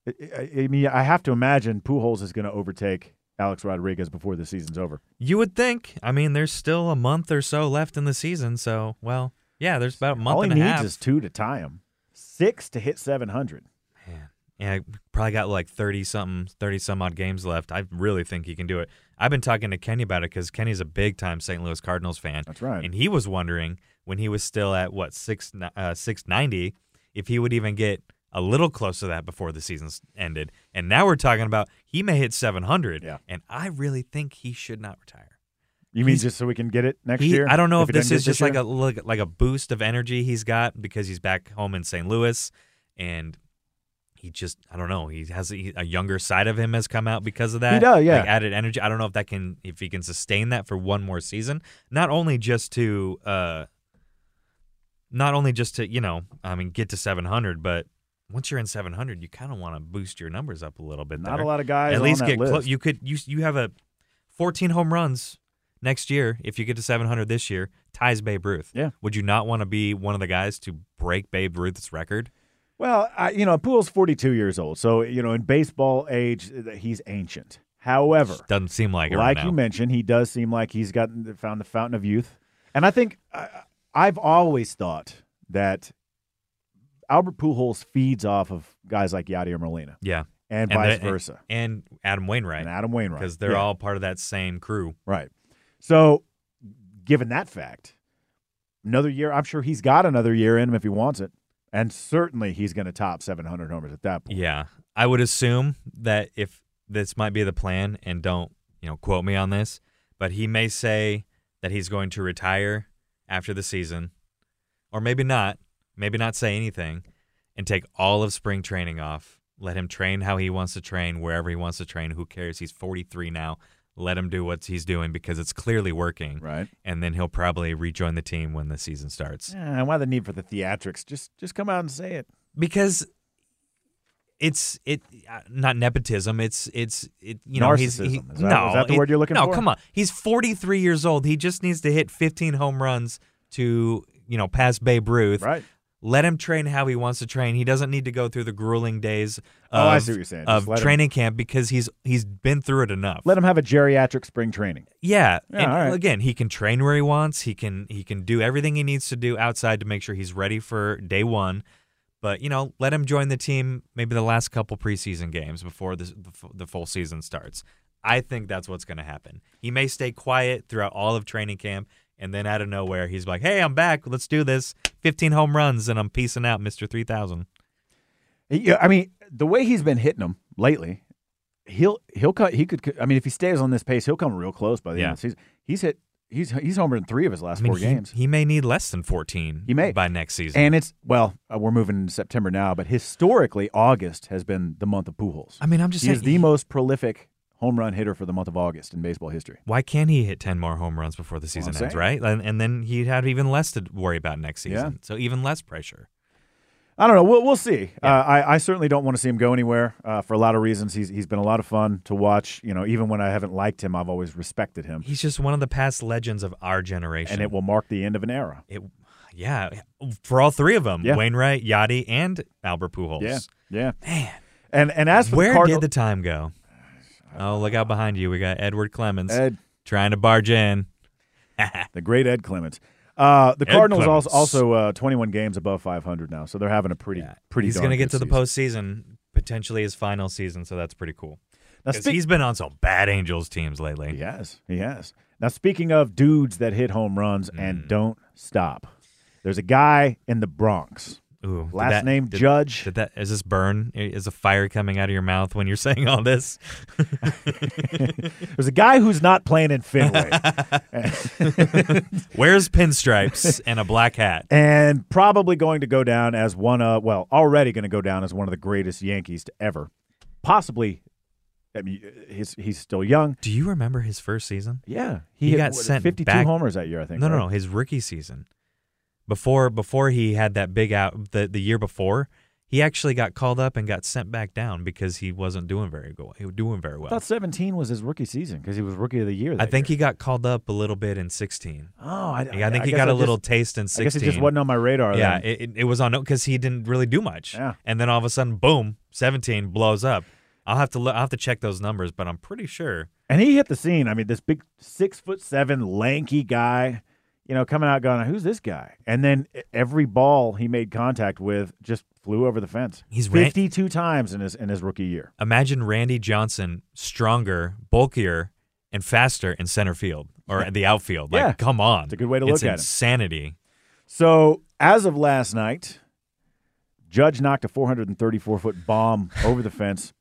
Speaker 2: I- I, I mean, I have to imagine Pujols is going to overtake Alex Rodriguez before the season's over.
Speaker 3: You would think. I mean, there's still a month or so left in the season, so well, yeah, there's about a month
Speaker 2: All he
Speaker 3: and
Speaker 2: needs
Speaker 3: a half.
Speaker 2: is two to tie him, six to hit 700.
Speaker 3: Man. Yeah, I probably got like thirty something, thirty some odd games left. I really think he can do it. I've been talking to Kenny about it because Kenny's a big time St. Louis Cardinals fan.
Speaker 2: That's right.
Speaker 3: And he was wondering when he was still at what six uh, six ninety, if he would even get a little close to that before the season's ended. And now we're talking about he may hit seven hundred.
Speaker 2: Yeah.
Speaker 3: And I really think he should not retire.
Speaker 2: You mean
Speaker 3: He's-
Speaker 2: just so we can get it next
Speaker 3: He-
Speaker 2: year?
Speaker 3: I don't know if,
Speaker 2: he
Speaker 3: this
Speaker 2: doesn't
Speaker 3: is
Speaker 2: get
Speaker 3: just like
Speaker 2: year?
Speaker 3: a like, like a boost of energy he's got because he's back home in St. Louis, and he just I don't know he has a, a younger side of him has come out because of that.
Speaker 2: does, yeah.
Speaker 3: like added energy. I don't know if that can if he can sustain that for one more season. Not only just to uh, not only just to you know I mean get to seven hundred, but once you're in seven hundred, you kind of want to boost your numbers up a little bit.
Speaker 2: Not
Speaker 3: there
Speaker 2: a lot of guys
Speaker 3: at least
Speaker 2: on that
Speaker 3: get
Speaker 2: list.
Speaker 3: close. You could you you have a 14 home runs next year if you get to 700 this year ties Babe Ruth.
Speaker 2: Yeah.
Speaker 3: Would you not want to be one of the guys to break Babe Ruth's record?
Speaker 2: Well, I, you know, Pujols 42 years old, so you know, in baseball age, uh, he's ancient. However,
Speaker 3: Doesn't seem like it
Speaker 2: like
Speaker 3: right
Speaker 2: you
Speaker 3: now.
Speaker 2: mentioned, he does seem like he's gotten found the fountain of youth, and I think uh, I've always thought that Albert Pujols feeds off of guys like Yadier Molina
Speaker 3: yeah.
Speaker 2: and,
Speaker 3: And
Speaker 2: vice
Speaker 3: the-
Speaker 2: versa,
Speaker 3: And Adam Wainwright
Speaker 2: and Adam Wainwright
Speaker 3: because they're
Speaker 2: Yeah,
Speaker 3: all part of that same crew.
Speaker 2: right. So, given that fact, another year, I'm sure he's got another year in him if he wants it, and certainly he's going to top 700 homers at that point.
Speaker 3: Yeah. I would assume that if this might be the plan and don't, you know, quote me on this, but he may say that he's going to retire after the season or maybe not, maybe not say anything and take all of spring training off. Let him train how he wants to train, wherever he wants to train, who cares? He's 43 now. Let him do what he's doing because it's clearly working.
Speaker 2: Right.
Speaker 3: And then he'll probably rejoin the team when the season starts.
Speaker 2: Yeah, Eh, why the need for the theatrics? Just just come out and say it.
Speaker 3: because it's it uh, not nepotism. It's it's it. You know, he's he,
Speaker 2: Narcissism. Is that-
Speaker 3: no.
Speaker 2: is that the
Speaker 3: it-
Speaker 2: word you're looking for?
Speaker 3: No, come on. He's 43 years old. He just needs to hit 15 home runs to you know pass Babe Ruth.
Speaker 2: Right.
Speaker 3: Let him train how he wants to train. He doesn't need to go through the grueling days of,
Speaker 2: Oh, I see what you're saying. Just
Speaker 3: of
Speaker 2: let him-
Speaker 3: training camp because he's he's been through it enough.
Speaker 2: Let him have a geriatric spring training.
Speaker 3: Yeah,
Speaker 2: Yeah,
Speaker 3: and
Speaker 2: all right.
Speaker 3: again, he can train where he wants. He can he can do everything he needs to do outside to make sure he's ready for day one. But you know, let him join the team maybe the last couple preseason games before the the, fu- the full season starts. I think that's what's going to happen. He may stay quiet throughout all of training camp, and then out of nowhere, he's like, "Hey, I'm back. Let's do this. 15 home runs, and I'm peacing out, Mister 3000."
Speaker 2: Yeah, I mean, the way he's been hitting them lately, he'll he'll cut. He could. I mean, if he stays on this pace, he'll come real close by the end
Speaker 3: Yeah.
Speaker 2: of the season. He's hit. He's he's homered in three of his last
Speaker 3: I mean,
Speaker 2: four
Speaker 3: he,
Speaker 2: games,
Speaker 3: he may need less than 14.
Speaker 2: He may.
Speaker 3: by next season.
Speaker 2: and it's well, uh, we're moving into September now, but historically, August has been the month of Pujols.
Speaker 3: I mean, I'm just
Speaker 2: he is
Speaker 3: saying.
Speaker 2: the most prolific home run hitter for the month of August in baseball history.
Speaker 3: why can't he hit 10 more home runs before the
Speaker 2: what
Speaker 3: season
Speaker 2: I'm
Speaker 3: ends,
Speaker 2: saying.
Speaker 3: right? And, and then he'd have even less to worry about next
Speaker 2: Yeah.
Speaker 3: season. So even less pressure.
Speaker 2: I don't know. We'll, we'll see. Uh, I, I certainly don't want to see him go anywhere uh, for a lot of reasons. He's he's been a lot of fun to watch. You know, even when I haven't liked him, I've always respected him,
Speaker 3: He's just one of the past legends of our generation.
Speaker 2: and it will mark the end of an era.
Speaker 3: It, yeah, for all three of them
Speaker 2: Yeah.
Speaker 3: Wainwright, Yachty, and Albert Pujols.
Speaker 2: Yeah, yeah.
Speaker 3: Man,
Speaker 2: And and as for
Speaker 3: where
Speaker 2: the Cardinal,
Speaker 3: did the time go? Oh, look out behind you. We got Edward Clemens
Speaker 2: Ed,
Speaker 3: trying to barge in.
Speaker 2: the great Ed Clements, uh, the
Speaker 3: Ed
Speaker 2: Cardinals als-
Speaker 3: Clements.
Speaker 2: also uh, 21 games above 500 now, so they're having a pretty
Speaker 3: (laughs)
Speaker 2: pretty.
Speaker 3: He's
Speaker 2: darn
Speaker 3: gonna get
Speaker 2: good
Speaker 3: to the
Speaker 2: season.
Speaker 3: postseason, potentially his final season. So that's pretty cool.
Speaker 2: Now,
Speaker 3: 'Cause
Speaker 2: speak-
Speaker 3: he's been on some bad Angels teams lately.
Speaker 2: he has, he has. Now speaking of
Speaker 3: Mm.
Speaker 2: dudes that hit home runs and don't stop, there's a guy in the Bronx
Speaker 3: Ooh, did
Speaker 2: Last
Speaker 3: that-
Speaker 2: name
Speaker 3: did-
Speaker 2: Judge.
Speaker 3: Did that? Is this burn? Is a fire coming out of your mouth when you're (laughs) saying all this?
Speaker 2: There's a guy who's not playing in
Speaker 3: (laughs)
Speaker 2: Fenway,
Speaker 3: Where's pinstripes and a black hat?
Speaker 2: and probably going to go down as one of well, already going to go down as one of the greatest Yankees to ever, possibly. I mean, he's he's still young.
Speaker 3: Do you remember his first season?
Speaker 2: Yeah,
Speaker 3: He
Speaker 2: hit,
Speaker 3: got
Speaker 2: what,
Speaker 3: sent
Speaker 2: 52
Speaker 3: back-
Speaker 2: homers that year. I think.
Speaker 3: No, no,
Speaker 2: right?
Speaker 3: no. His rookie season, before before he had that big out the the year before, he actually got called up and got sent back down because he wasn't doing very good. He was doing very
Speaker 2: I
Speaker 3: well.
Speaker 2: thought 17 was his rookie season because he was rookie of the year.
Speaker 3: I
Speaker 2: that
Speaker 3: think
Speaker 2: year.
Speaker 3: he got called up a little bit in 16.
Speaker 2: Oh, I,
Speaker 3: I, think he
Speaker 2: guess
Speaker 3: got a
Speaker 2: just-
Speaker 3: little taste in
Speaker 2: I
Speaker 3: 16.
Speaker 2: guess it just wasn't on my radar.
Speaker 3: yeah,
Speaker 2: then.
Speaker 3: it, it- it was on because he didn't really do much.
Speaker 2: Oh, Yeah.
Speaker 3: And then all of a sudden, boom, 17 blows up. I'll have to look, I'll have to check those numbers, but I'm pretty sure.
Speaker 2: and he hit the scene. I mean, this big six foot seven lanky guy, you know, coming out going, "Who's this guy?" And then e, every ball he made contact with just flew over the fence.
Speaker 3: He's ran-
Speaker 2: 52 times in his in his rookie year.
Speaker 3: Imagine Randy Johnson stronger, bulkier, and faster in center field or at the outfield. Like,
Speaker 2: Yeah.
Speaker 3: come on.
Speaker 2: It's a good way to
Speaker 3: It's
Speaker 2: look at him.
Speaker 3: insanity.
Speaker 2: So as of last night, Judge knocked a 434 foot bomb (laughs) over the fence.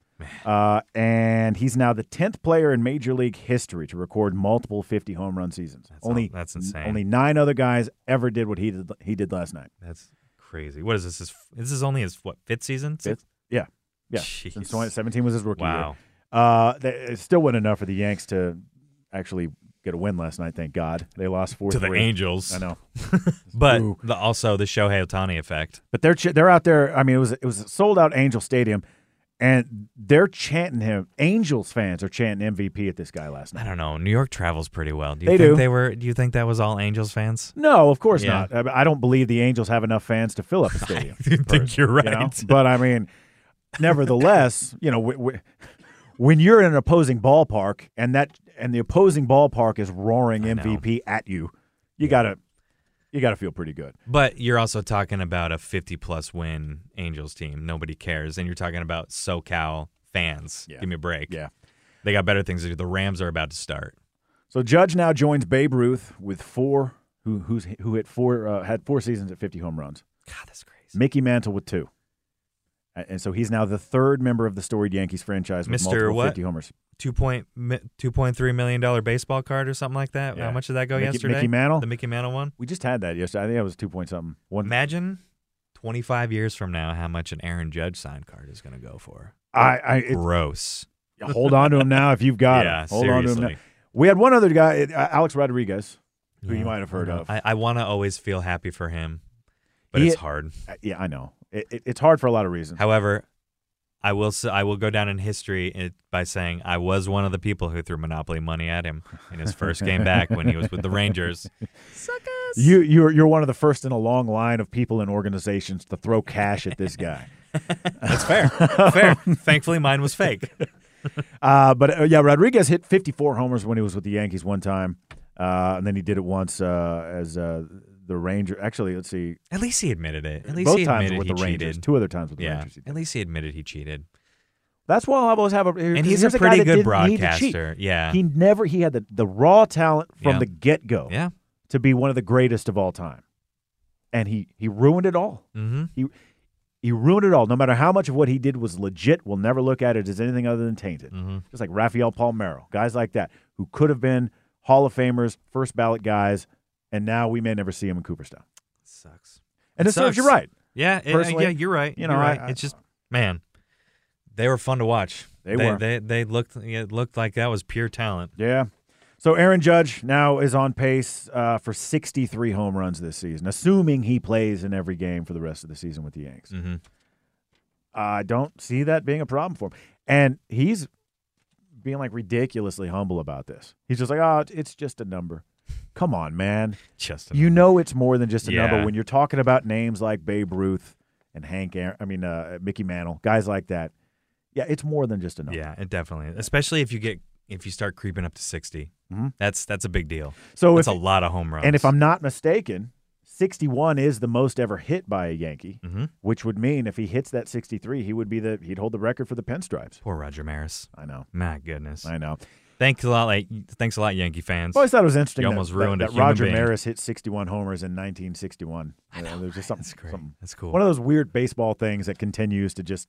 Speaker 2: Uh, and he's now the 10th player in Major League history to record multiple 50 home run seasons.
Speaker 3: all-
Speaker 2: only
Speaker 3: that's insane.
Speaker 2: Only nine other guys ever did what he did, he did last night.
Speaker 3: That's crazy. What is this? His, this is only his, what, fifth season? Sixth?
Speaker 2: Fifth? Yeah. Yeah. Since
Speaker 3: Jeez.
Speaker 2: 2017 was his rookie
Speaker 3: Wow.
Speaker 2: year. Uh, they, it still wasn't enough for the Yanks to actually get a win last night, thank God. They lost 4
Speaker 3: To the Angels.
Speaker 2: I know.
Speaker 3: But
Speaker 2: Ooh.
Speaker 3: the, also the Shohei Otani effect.
Speaker 2: But they're ch- they're out there. I mean, it was it was a sold out Angel Stadium, and they're chanting him. Angels fans are chanting MVP at this guy last
Speaker 3: I
Speaker 2: night.
Speaker 3: don't know. New York travels pretty well. Do you
Speaker 2: They
Speaker 3: think
Speaker 2: do.
Speaker 3: they were do you think that was all Angels fans?
Speaker 2: No, of course
Speaker 3: Yeah.
Speaker 2: not. I mean, I don't believe the Angels have enough fans to fill up a stadium.
Speaker 3: (laughs) I think you're right.
Speaker 2: you know? But I mean,
Speaker 3: (laughs)
Speaker 2: nevertheless, you know, w- w- when you're in an opposing ballpark and that and the opposing ballpark is roaring
Speaker 3: know.
Speaker 2: MVP at you, you gotta you gotta feel pretty good.
Speaker 3: But you're also talking about a 50 plus win Angels team. Nobody cares. And you're talking about SoCal fans.
Speaker 2: Yeah.
Speaker 3: Give me a break.
Speaker 2: Yeah.
Speaker 3: They got better things to do. The Rams are about to start.
Speaker 2: So Judge now joins Babe Ruth with four who who's who hit four uh, had four seasons at 50 home runs.
Speaker 3: God, that's crazy.
Speaker 2: Mickey Mantle with two. A- And so he's now the third member of the storied Yankees franchise with
Speaker 3: Mr.
Speaker 2: multiple
Speaker 3: what?
Speaker 2: 50 homers.
Speaker 3: Two point mi- two point three million dollar baseball card or something like that.
Speaker 2: Yeah.
Speaker 3: How much did that go
Speaker 2: Mickey-
Speaker 3: yesterday?
Speaker 2: Mickey Mantle?
Speaker 3: The Mickey Mantle one.
Speaker 2: We just had that yesterday. I think that was two point something. One.
Speaker 3: Imagine 25 years from now how much an Aaron Judge signed card is going to go for.
Speaker 2: I, I it,
Speaker 3: Gross.
Speaker 2: hold on to him now if you've got
Speaker 3: Yeah,
Speaker 2: him. Hold on to him
Speaker 3: seriously.
Speaker 2: now. We had one other guy, uh, Alex Rodriguez, who
Speaker 3: Yeah,
Speaker 2: you might have heard
Speaker 3: I know.
Speaker 2: of. Uh,
Speaker 3: I, I want to always feel happy for him, but
Speaker 2: He-
Speaker 3: it's hard.
Speaker 2: Uh, yeah, I know. It, it, it's hard for a lot of reasons.
Speaker 3: (laughs) However, I will s- I will go down in history it, by saying I was one of the people who threw Monopoly money at him in his first
Speaker 2: (laughs)
Speaker 3: game back when he was with the Rangers.
Speaker 2: You you're you're one of the first in a long line of people and organizations to throw cash at this
Speaker 3: (laughs)
Speaker 2: guy. (laughs)
Speaker 3: That's fair. Fair. Thankfully, mine was fake.
Speaker 2: Uh, but uh, yeah, Rodriguez hit 54 homers when he was with the Yankees one time, uh, and then he did it once uh, as uh, the Ranger. Actually, let's see,
Speaker 3: At least he admitted it. At least
Speaker 2: both
Speaker 3: he
Speaker 2: times
Speaker 3: admitted
Speaker 2: with
Speaker 3: he
Speaker 2: the Rangers,
Speaker 3: cheated.
Speaker 2: two other times with the
Speaker 3: yeah.
Speaker 2: Rangers. he did.
Speaker 3: At least he admitted he cheated.
Speaker 2: That's why I always have a.
Speaker 3: And he's a pretty good broadcaster. Yeah.
Speaker 2: He never he had the, the raw talent from
Speaker 3: Yeah.
Speaker 2: the get go
Speaker 3: yeah.
Speaker 2: to be one of the greatest of all time, and he he ruined it all.
Speaker 3: hmm
Speaker 2: He he ruined it all. No matter how much of what he did was legit, we'll never look at it as anything other than tainted.
Speaker 3: Mhm.
Speaker 2: Just like Rafael Palmero, guys like that who could have been Hall of Famers, first ballot guys, and now we may never see him in Cooperstown.
Speaker 3: Sucks.
Speaker 2: And
Speaker 3: It
Speaker 2: it serves
Speaker 3: sucks.
Speaker 2: you right.
Speaker 3: Yeah, it-
Speaker 2: Personally,
Speaker 3: yeah, you're right.
Speaker 2: you
Speaker 3: You
Speaker 2: know,
Speaker 3: know, right.
Speaker 2: I- I-
Speaker 3: it's just man, they were fun to watch.
Speaker 2: They were.
Speaker 3: They they looked it looked like that was pure talent.
Speaker 2: Yeah. So Aaron Judge now is on pace uh, for 63 home runs this season, assuming he plays in every game for the rest of the season with the Yanks.
Speaker 3: Mm-hmm.
Speaker 2: I don't see that being a problem for him. And he's being like ridiculously humble about this. He's just like, oh, it's just a number. Come on, man.
Speaker 3: Just
Speaker 2: You know it's more than just a number
Speaker 3: Yeah.
Speaker 2: when you're talking about names like Babe Ruth and Hank Aaron, I mean uh, Mickey Mantle, guys like that. Yeah, it's more than just a number.
Speaker 3: yeah, it definitely. Especially if you get if you start creeping up to 60
Speaker 2: Mhm.
Speaker 3: That's that's a big deal.
Speaker 2: So
Speaker 3: that's
Speaker 2: if,
Speaker 3: a lot of home runs.
Speaker 2: and if I'm not mistaken, 61 is the most ever hit by a Yankee,
Speaker 3: Mhm.
Speaker 2: which would mean if he hits that 63, he would be the he'd hold the record for the pinstripes.
Speaker 3: poor Roger Maris,
Speaker 2: I know.
Speaker 3: my goodness,
Speaker 2: I know.
Speaker 3: Thanks a lot, like thanks a lot, Yankee fans.
Speaker 2: I always thought it was interesting.
Speaker 3: You
Speaker 2: that,
Speaker 3: almost
Speaker 2: that-
Speaker 3: ruined a
Speaker 2: that,
Speaker 3: human
Speaker 2: Roger
Speaker 3: being.
Speaker 2: Maris hit 61 homers in 1961. I know, There's just something,
Speaker 3: That's great.
Speaker 2: something-
Speaker 3: That's cool.
Speaker 2: One of those weird baseball things that continues to just.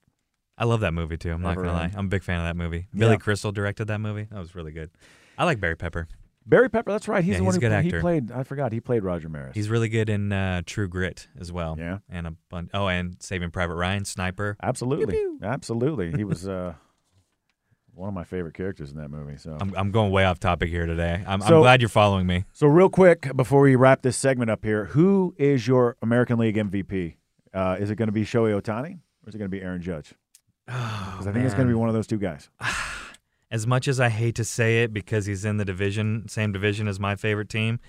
Speaker 3: I love that movie too. I'm not
Speaker 2: Never
Speaker 3: gonna lie.
Speaker 2: end.
Speaker 3: I'm a big fan of that movie. Billy
Speaker 2: Yeah.
Speaker 3: Crystal directed that movie. That was really good. I like Barry Pepper.
Speaker 2: Barry Pepper. That's right. He's
Speaker 3: Yeah,
Speaker 2: the one
Speaker 3: he's a
Speaker 2: who
Speaker 3: good
Speaker 2: he
Speaker 3: actor.
Speaker 2: played. I forgot he played Roger Maris.
Speaker 3: He's really good in uh, True Grit as well.
Speaker 2: Yeah.
Speaker 3: And a bunch. Oh, and Saving Private Ryan, Sniper.
Speaker 2: absolutely, absolutely. He was uh, (laughs) one of my favorite characters in that movie. So
Speaker 3: I'm, I'm going way off topic here today. I'm,
Speaker 2: So-
Speaker 3: I'm glad you're following me.
Speaker 2: So real quick before we wrap this segment up here, who is your American League MVP? Uh, is it going to be Shohei Otani or is it going to be Aaron Judge?
Speaker 3: Oh,
Speaker 2: Because I think it's going to be one of those two guys.
Speaker 3: As much as I hate to say it because he's in the division, same division as my favorite team,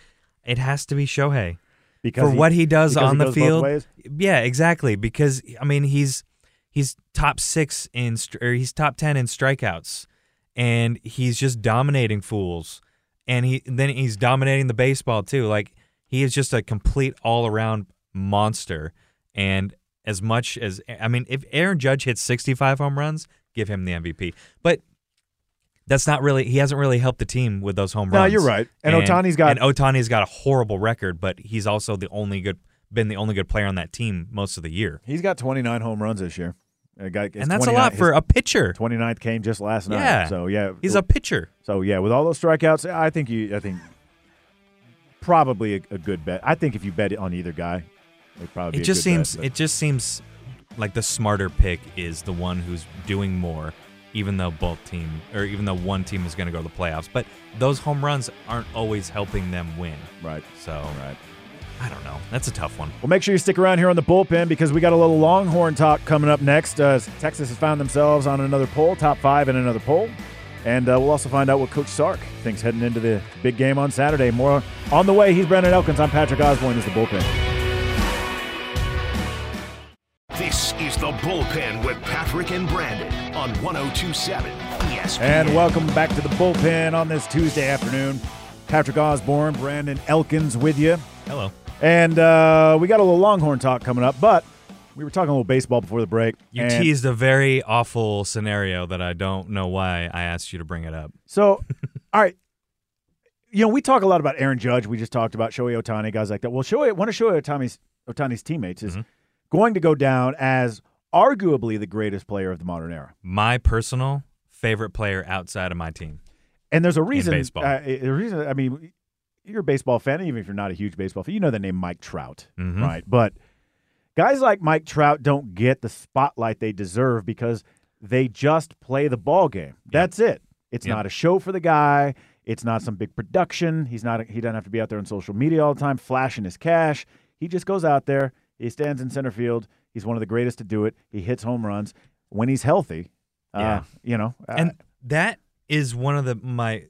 Speaker 3: it has to be Shohei.
Speaker 2: Because
Speaker 3: for what he does
Speaker 2: because
Speaker 3: on the
Speaker 2: goes both
Speaker 3: field.
Speaker 2: ways?
Speaker 3: Yeah, exactly. Because I mean, he's he's top six in str- or he's top ten in strikeouts, and he's just dominating fools. And he then he's dominating the baseball too. Like he is just a complete all around monster. And as much as I mean, if Aaron Judge hits sixty five home runs, give him the MVP. But that's not really he hasn't really helped the team with those home
Speaker 2: No,
Speaker 3: runs.
Speaker 2: you're right. And Ohtani's got-
Speaker 3: and Otani's got a horrible record, but he's also the only good been the only good player on that team most of the year.
Speaker 2: He's got 29 home runs this year. A guy- his
Speaker 3: and that's a
Speaker 2: 29
Speaker 3: lot for
Speaker 2: his
Speaker 3: a pitcher.
Speaker 2: 29th came just last night.
Speaker 3: Yeah.
Speaker 2: So yeah,
Speaker 3: He's a pitcher.
Speaker 2: So yeah, with all those strikeouts, I think you. I think probably a, a good bet. I think if you bet it on either guy, it probably be
Speaker 3: It
Speaker 2: a
Speaker 3: just
Speaker 2: good bet,
Speaker 3: seems
Speaker 2: but-
Speaker 3: it just seems like the smarter pick is the one who's doing more even though both team or even though one team is going to go to the playoffs, but those home runs aren't always helping them win.
Speaker 2: right.
Speaker 3: So,
Speaker 2: Right.
Speaker 3: I don't know. That's a tough one.
Speaker 2: Well, make sure you stick around here on the bullpen because we got a little Longhorn talk coming up next. Uh, Texas has found themselves on another poll, top five in another poll. And uh, we'll also find out what Coach Sark thinks heading into the big game on Saturday. More on the way. He's Brandon Elkins. I'm Patrick Osborne. This is the bullpen.
Speaker 1: This is the bullpen with Patrick and Brandon on 1027 ESPN.
Speaker 2: And welcome back to the bullpen on this Tuesday afternoon. Patrick Osborne, Brandon Elkins with you.
Speaker 3: Hello.
Speaker 2: And uh, we got a little Longhorn talk coming up, but we were talking a little baseball before the break.
Speaker 3: You
Speaker 2: and-
Speaker 3: teased a very awful scenario that I don't know why I asked you to bring it up.
Speaker 2: So, (laughs) all right. You know, we talk a lot about Aaron Judge. We just talked about Shohei Otani, guys like that. Well, Shohei, one of Shohei Otani's, Otani's teammates is going to go down as arguably the greatest player of the modern era.
Speaker 3: My personal favorite player outside of my team.
Speaker 2: And there's a reason.
Speaker 3: baseball.
Speaker 2: Uh, the reason, I mean, you're a baseball fan, even if you're not a huge baseball fan, you know the name Mike Trout,
Speaker 3: Mhm.
Speaker 2: right? But guys like Mike Trout don't get the spotlight they deserve because they just play the ball game. That's it. It's
Speaker 3: Yep.
Speaker 2: not a show for the guy. It's not some big production. He's not. He doesn't have to be out there on social media all the time flashing his cash. He just goes out there. He stands in center field. He's one of the greatest to do it. He hits home runs when he's healthy.
Speaker 3: Yeah.
Speaker 2: Uh, you know, uh,
Speaker 3: and that is one of the my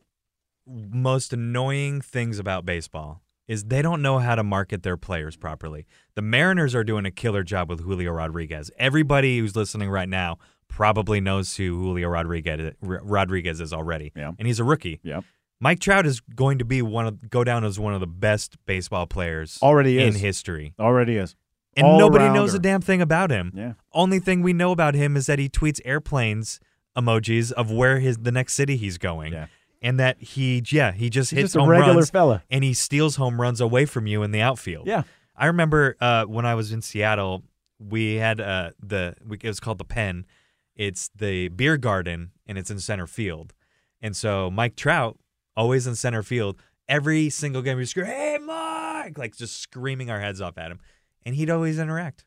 Speaker 3: most annoying things about baseball is they don't know how to market their players properly. The Mariners are doing a killer job with Julio Rodriguez. Everybody who's listening right now probably knows who Julio Rodriguez Rodriguez is already.
Speaker 2: Yeah.
Speaker 3: And he's a rookie.
Speaker 2: yeah.
Speaker 3: Mike Trout is going to be one of go down as one of the best baseball players
Speaker 2: Already
Speaker 3: in
Speaker 2: is.
Speaker 3: history.
Speaker 2: Already is.
Speaker 3: And
Speaker 2: All
Speaker 3: nobody
Speaker 2: around
Speaker 3: knows
Speaker 2: her.
Speaker 3: a damn thing about him.
Speaker 2: Yeah.
Speaker 3: Only thing we know about him is that he tweets airplanes emojis of where his the next city he's going.
Speaker 2: Yeah.
Speaker 3: And that he yeah, he just
Speaker 2: He's
Speaker 3: hits
Speaker 2: just a
Speaker 3: home
Speaker 2: regular
Speaker 3: runs
Speaker 2: fella.
Speaker 3: and he steals home runs away from you in the outfield.
Speaker 2: Yeah.
Speaker 3: I remember uh, when I was in Seattle, we had uh, the we, it was called the Pen. It's the beer garden and it's in center field, and so Mike Trout always in center field. Every single game, we scream, "Hey, Mike!" like just screaming our heads off at him, and he'd always interact.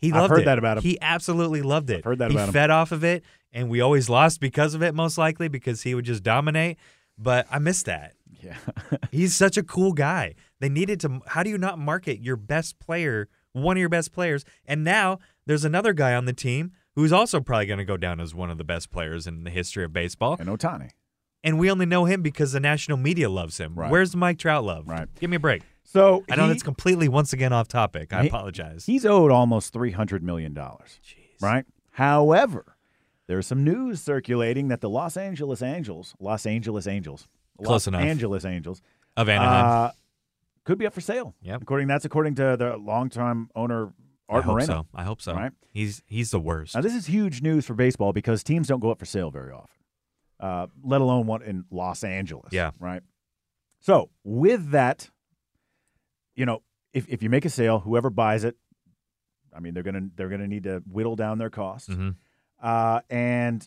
Speaker 3: He
Speaker 2: I've
Speaker 3: loved
Speaker 2: heard
Speaker 3: it.
Speaker 2: that about him.
Speaker 3: He absolutely loved it.
Speaker 2: heard that
Speaker 3: he
Speaker 2: about him.
Speaker 3: fed off of it, and we always lost because of it, most likely because he would just dominate. But I miss that.
Speaker 2: Yeah. (laughs)
Speaker 3: He's such a cool guy. They needed to. How do you not market your best player, one of your best players? And now there's another guy on the team who's also probably going to go down as one of the best players in the history of baseball.
Speaker 2: and Otani.
Speaker 3: And we only know him because the national media loves him.
Speaker 2: Right.
Speaker 3: Where's the Mike Trout love?
Speaker 2: Right.
Speaker 3: Give me a break.
Speaker 2: So
Speaker 3: I know
Speaker 2: he-
Speaker 3: that's completely once again off topic. I
Speaker 2: he-
Speaker 3: apologize.
Speaker 2: He's owed almost three hundred million dollars. Right. However, there's some news circulating that the Los Angeles Angels, Los Angeles Angels, Los
Speaker 3: Close enough.
Speaker 2: Angeles Angels,
Speaker 3: of Anaheim.
Speaker 2: uh, could be up for sale.
Speaker 3: Yep.
Speaker 2: According that's according to the longtime owner
Speaker 3: I
Speaker 2: Art
Speaker 3: hope
Speaker 2: Moreno.
Speaker 3: so. I hope so.
Speaker 2: Right.
Speaker 3: He's he's the worst.
Speaker 2: Now this is huge news for baseball because teams don't go up for sale very often. uh, let alone one in Los Angeles.
Speaker 3: Yeah.
Speaker 2: Right. So with that, you know, if, if you make a sale, whoever buys it, I mean, they're gonna they're gonna need to whittle down their costs.
Speaker 3: Mhm.
Speaker 2: Uh, and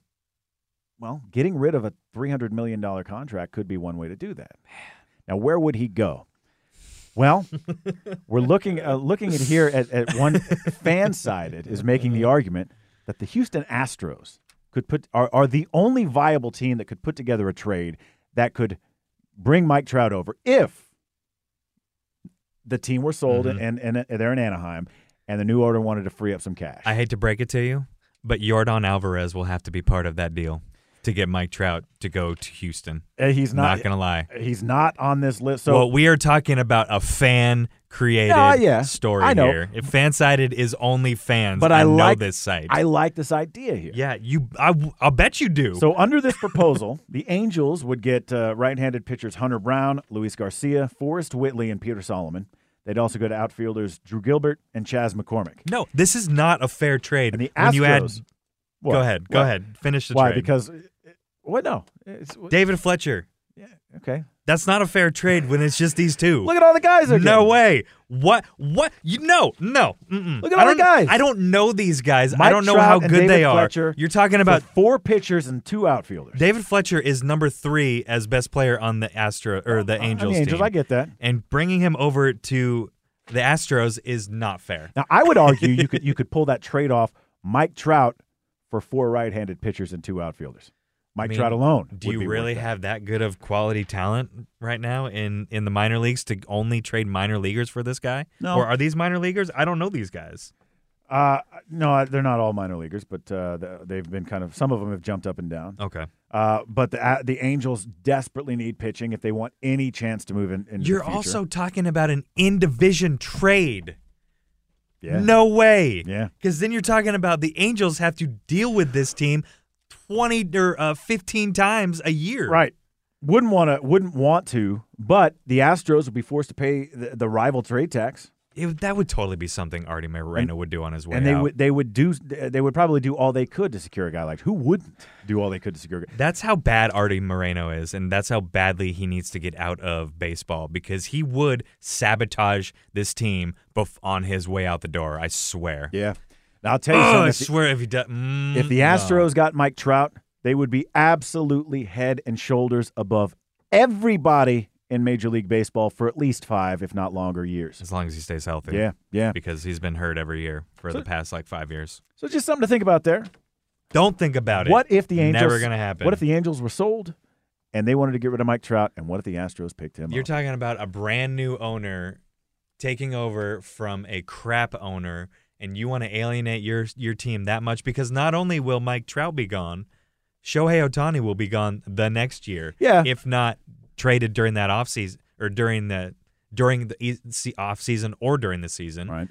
Speaker 2: well, getting rid of a three hundred million dollar contract could be one way to do that. Now, where would he go?
Speaker 3: (laughs)
Speaker 2: Well, we're looking uh, looking at here at, at one fan sided is making the argument that the Houston Astros could put are, are the only viable team that could put together a trade that could bring Mike Trout over if the team were sold
Speaker 3: Mm-hmm.
Speaker 2: and, and and they're in Anaheim and the new owner wanted to free up some cash.
Speaker 3: I hate to break it to you, but Yordan Alvarez will have to be part of that deal to get Mike Trout to go to Houston.
Speaker 2: Uh, he's
Speaker 3: Not,
Speaker 2: not,
Speaker 3: gonna lie.
Speaker 2: he's not on this list. So
Speaker 3: well, we are talking about a fan created
Speaker 2: Yeah, yeah.
Speaker 3: story
Speaker 2: I know.
Speaker 3: here. If fansided is only fans,
Speaker 2: But I
Speaker 3: know
Speaker 2: like-
Speaker 3: this site.
Speaker 2: I like this idea here.
Speaker 3: yeah, you. I, will bet you do.
Speaker 2: So under this proposal, (laughs) the Angels would get uh, right-handed pitchers Hunter Brown, Luis Garcia, Forrest Whitley, and Peter Solomon. They'd also go to outfielders Drew Gilbert and Chaz McCormick.
Speaker 3: no, this is not a fair trade.
Speaker 2: And the Astros.
Speaker 3: when you add,
Speaker 2: What?
Speaker 3: go ahead, go
Speaker 2: Why?
Speaker 3: ahead, finish the
Speaker 2: Why?
Speaker 3: trade.
Speaker 2: Because uh, what? No. It's,
Speaker 3: David Fletcher.
Speaker 2: okay.
Speaker 3: That's not a fair trade when it's just these two.
Speaker 2: Look at all the guys. They're
Speaker 3: no
Speaker 2: getting.
Speaker 3: way. What? What? You no, no. Mm-mm.
Speaker 2: Look at
Speaker 3: I
Speaker 2: all the
Speaker 3: don't-
Speaker 2: guys.
Speaker 3: I don't know these guys. I
Speaker 2: Mike
Speaker 3: don't know
Speaker 2: Trout
Speaker 3: how
Speaker 2: and
Speaker 3: good
Speaker 2: David
Speaker 3: they are.
Speaker 2: Fletcher
Speaker 3: You're talking about
Speaker 2: For four pitchers and two outfielders.
Speaker 3: David Fletcher is number three as best player on the Astro or the
Speaker 2: On the
Speaker 3: Angels.
Speaker 2: Angels,
Speaker 3: team.
Speaker 2: I get that.
Speaker 3: And bringing him over to the Astros is not fair.
Speaker 2: Now I would argue you could you could pull that trade off Mike Trout for four right-handed pitchers and two outfielders. Mike
Speaker 3: I mean,
Speaker 2: Trout alone.
Speaker 3: Do
Speaker 2: would be
Speaker 3: you
Speaker 2: worth
Speaker 3: really
Speaker 2: that.
Speaker 3: have that good of quality talent right now in in the minor leagues to only trade minor leaguers for this guy?
Speaker 2: No.
Speaker 3: Or are these minor leaguers? I don't know these guys.
Speaker 2: Uh, no, they're not all minor leaguers, but uh, th- they've been kind of. Some of them have jumped up and down.
Speaker 3: Okay.
Speaker 2: Uh, but the uh, the Angels desperately need pitching if they want any chance to move in. Into the
Speaker 3: You're
Speaker 2: future.
Speaker 3: also talking about an in division trade.
Speaker 2: yeah.
Speaker 3: No way.
Speaker 2: Yeah.
Speaker 3: Because then you're talking about the Angels have to deal with this team 20 or uh, 15 times a year.
Speaker 2: right. Wouldn't want to. Wouldn't want to. But the Astros would be forced to pay the, the rival trade tax,
Speaker 3: It, that would totally be something Artie Moreno would do on his way
Speaker 2: and they
Speaker 3: out.
Speaker 2: would they would do they would probably do all they could to secure a guy like who wouldn't do all they could to secure. A guy.
Speaker 3: That's how bad Artie Moreno is, and that's how badly he needs to get out of baseball because he would sabotage this team bef- on his way out the door. I swear.
Speaker 2: Yeah. Now I'll tell you
Speaker 3: Oh, I
Speaker 2: something. if the-
Speaker 3: swear if he does. Mm,
Speaker 2: If the
Speaker 3: no.
Speaker 2: Astros got Mike Trout, they would be absolutely head and shoulders above everybody in Major League Baseball for at least five, if not longer, years.
Speaker 3: As long as he stays healthy.
Speaker 2: Yeah, yeah.
Speaker 3: Because he's been hurt every year for the past like five years.
Speaker 2: So just something to think about there.
Speaker 3: Don't think about it.
Speaker 2: What if the Angels?
Speaker 3: Never going to happen.
Speaker 2: What if the Angels were sold, and they wanted to get rid of Mike Trout, and what if the Astros picked him
Speaker 3: You're
Speaker 2: up?
Speaker 3: talking about a brand new owner taking over from a crap owner, and you want to alienate your your team that much because not only will Mike Trout be gone, Shohei Otani will be gone the next year.
Speaker 2: Yeah.
Speaker 3: if not traded during that offseason or during the during the e- se- offseason or during the season,
Speaker 2: right.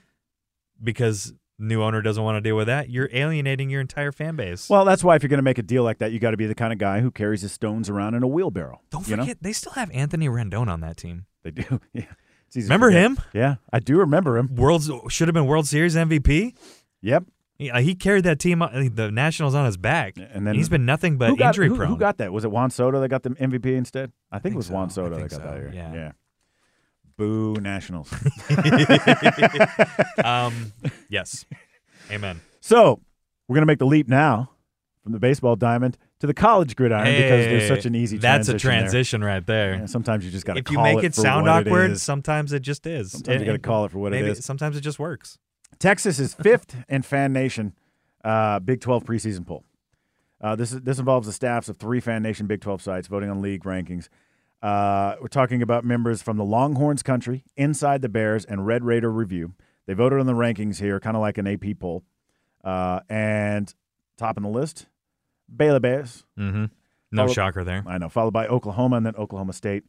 Speaker 3: because new owner doesn't want to deal with that. You're alienating your entire fan base.
Speaker 2: Well, that's why if you're going to make a deal like that, you got to be the kind of guy who carries his stones around in a wheelbarrow.
Speaker 3: don't
Speaker 2: you
Speaker 3: forget
Speaker 2: know?
Speaker 3: they still have Anthony Rendon on that team.
Speaker 2: they do. (laughs) yeah. It's easy to
Speaker 3: Remember
Speaker 2: forget.
Speaker 3: him?
Speaker 2: Yeah, I do remember him.
Speaker 3: World's should have been World Series MVP.
Speaker 2: Yep.
Speaker 3: Yeah, he carried that team, on, the Nationals, on his back,
Speaker 2: And then-
Speaker 3: he's been nothing but
Speaker 2: who got,
Speaker 3: injury
Speaker 2: who,
Speaker 3: prone.
Speaker 2: Who got that? Was it Juan Soto that got the MVP instead? I think, it
Speaker 3: think
Speaker 2: was Juan
Speaker 3: so. I
Speaker 2: Soto that
Speaker 3: think
Speaker 2: got
Speaker 3: so,
Speaker 2: that year.
Speaker 3: yeah.
Speaker 2: Boo Nationals. (laughs)
Speaker 3: um, yes, amen.
Speaker 2: so we're gonna make the leap now from the baseball diamond to the college gridiron (laughs) because there's
Speaker 3: Hey,
Speaker 2: such an easy.
Speaker 3: That's a
Speaker 2: there.
Speaker 3: transition right there.
Speaker 2: Yeah, sometimes you just gotta
Speaker 3: if you
Speaker 2: call
Speaker 3: make it,
Speaker 2: it, for
Speaker 3: sound
Speaker 2: what
Speaker 3: awkward,
Speaker 2: It is.
Speaker 3: sometimes it just is.
Speaker 2: Sometimes you gotta call it for what it
Speaker 3: maybe-
Speaker 2: is.
Speaker 3: Sometimes it just works.
Speaker 2: Texas is fifth in Fan Nation uh, Big 12 preseason poll. Uh, this is, this involves the staffs of three Fan Nation Big 12 sites voting on league rankings. Uh, we're talking about members from the Longhorns country, Inside the Bears, and Red Raider Review. They voted on the rankings here, kind of like an AP poll. Uh, and top in the list, Baylor Bears.
Speaker 3: Mm-hmm. No
Speaker 2: Follow-
Speaker 3: shocker there.
Speaker 2: I know, followed by Oklahoma, and then Oklahoma State,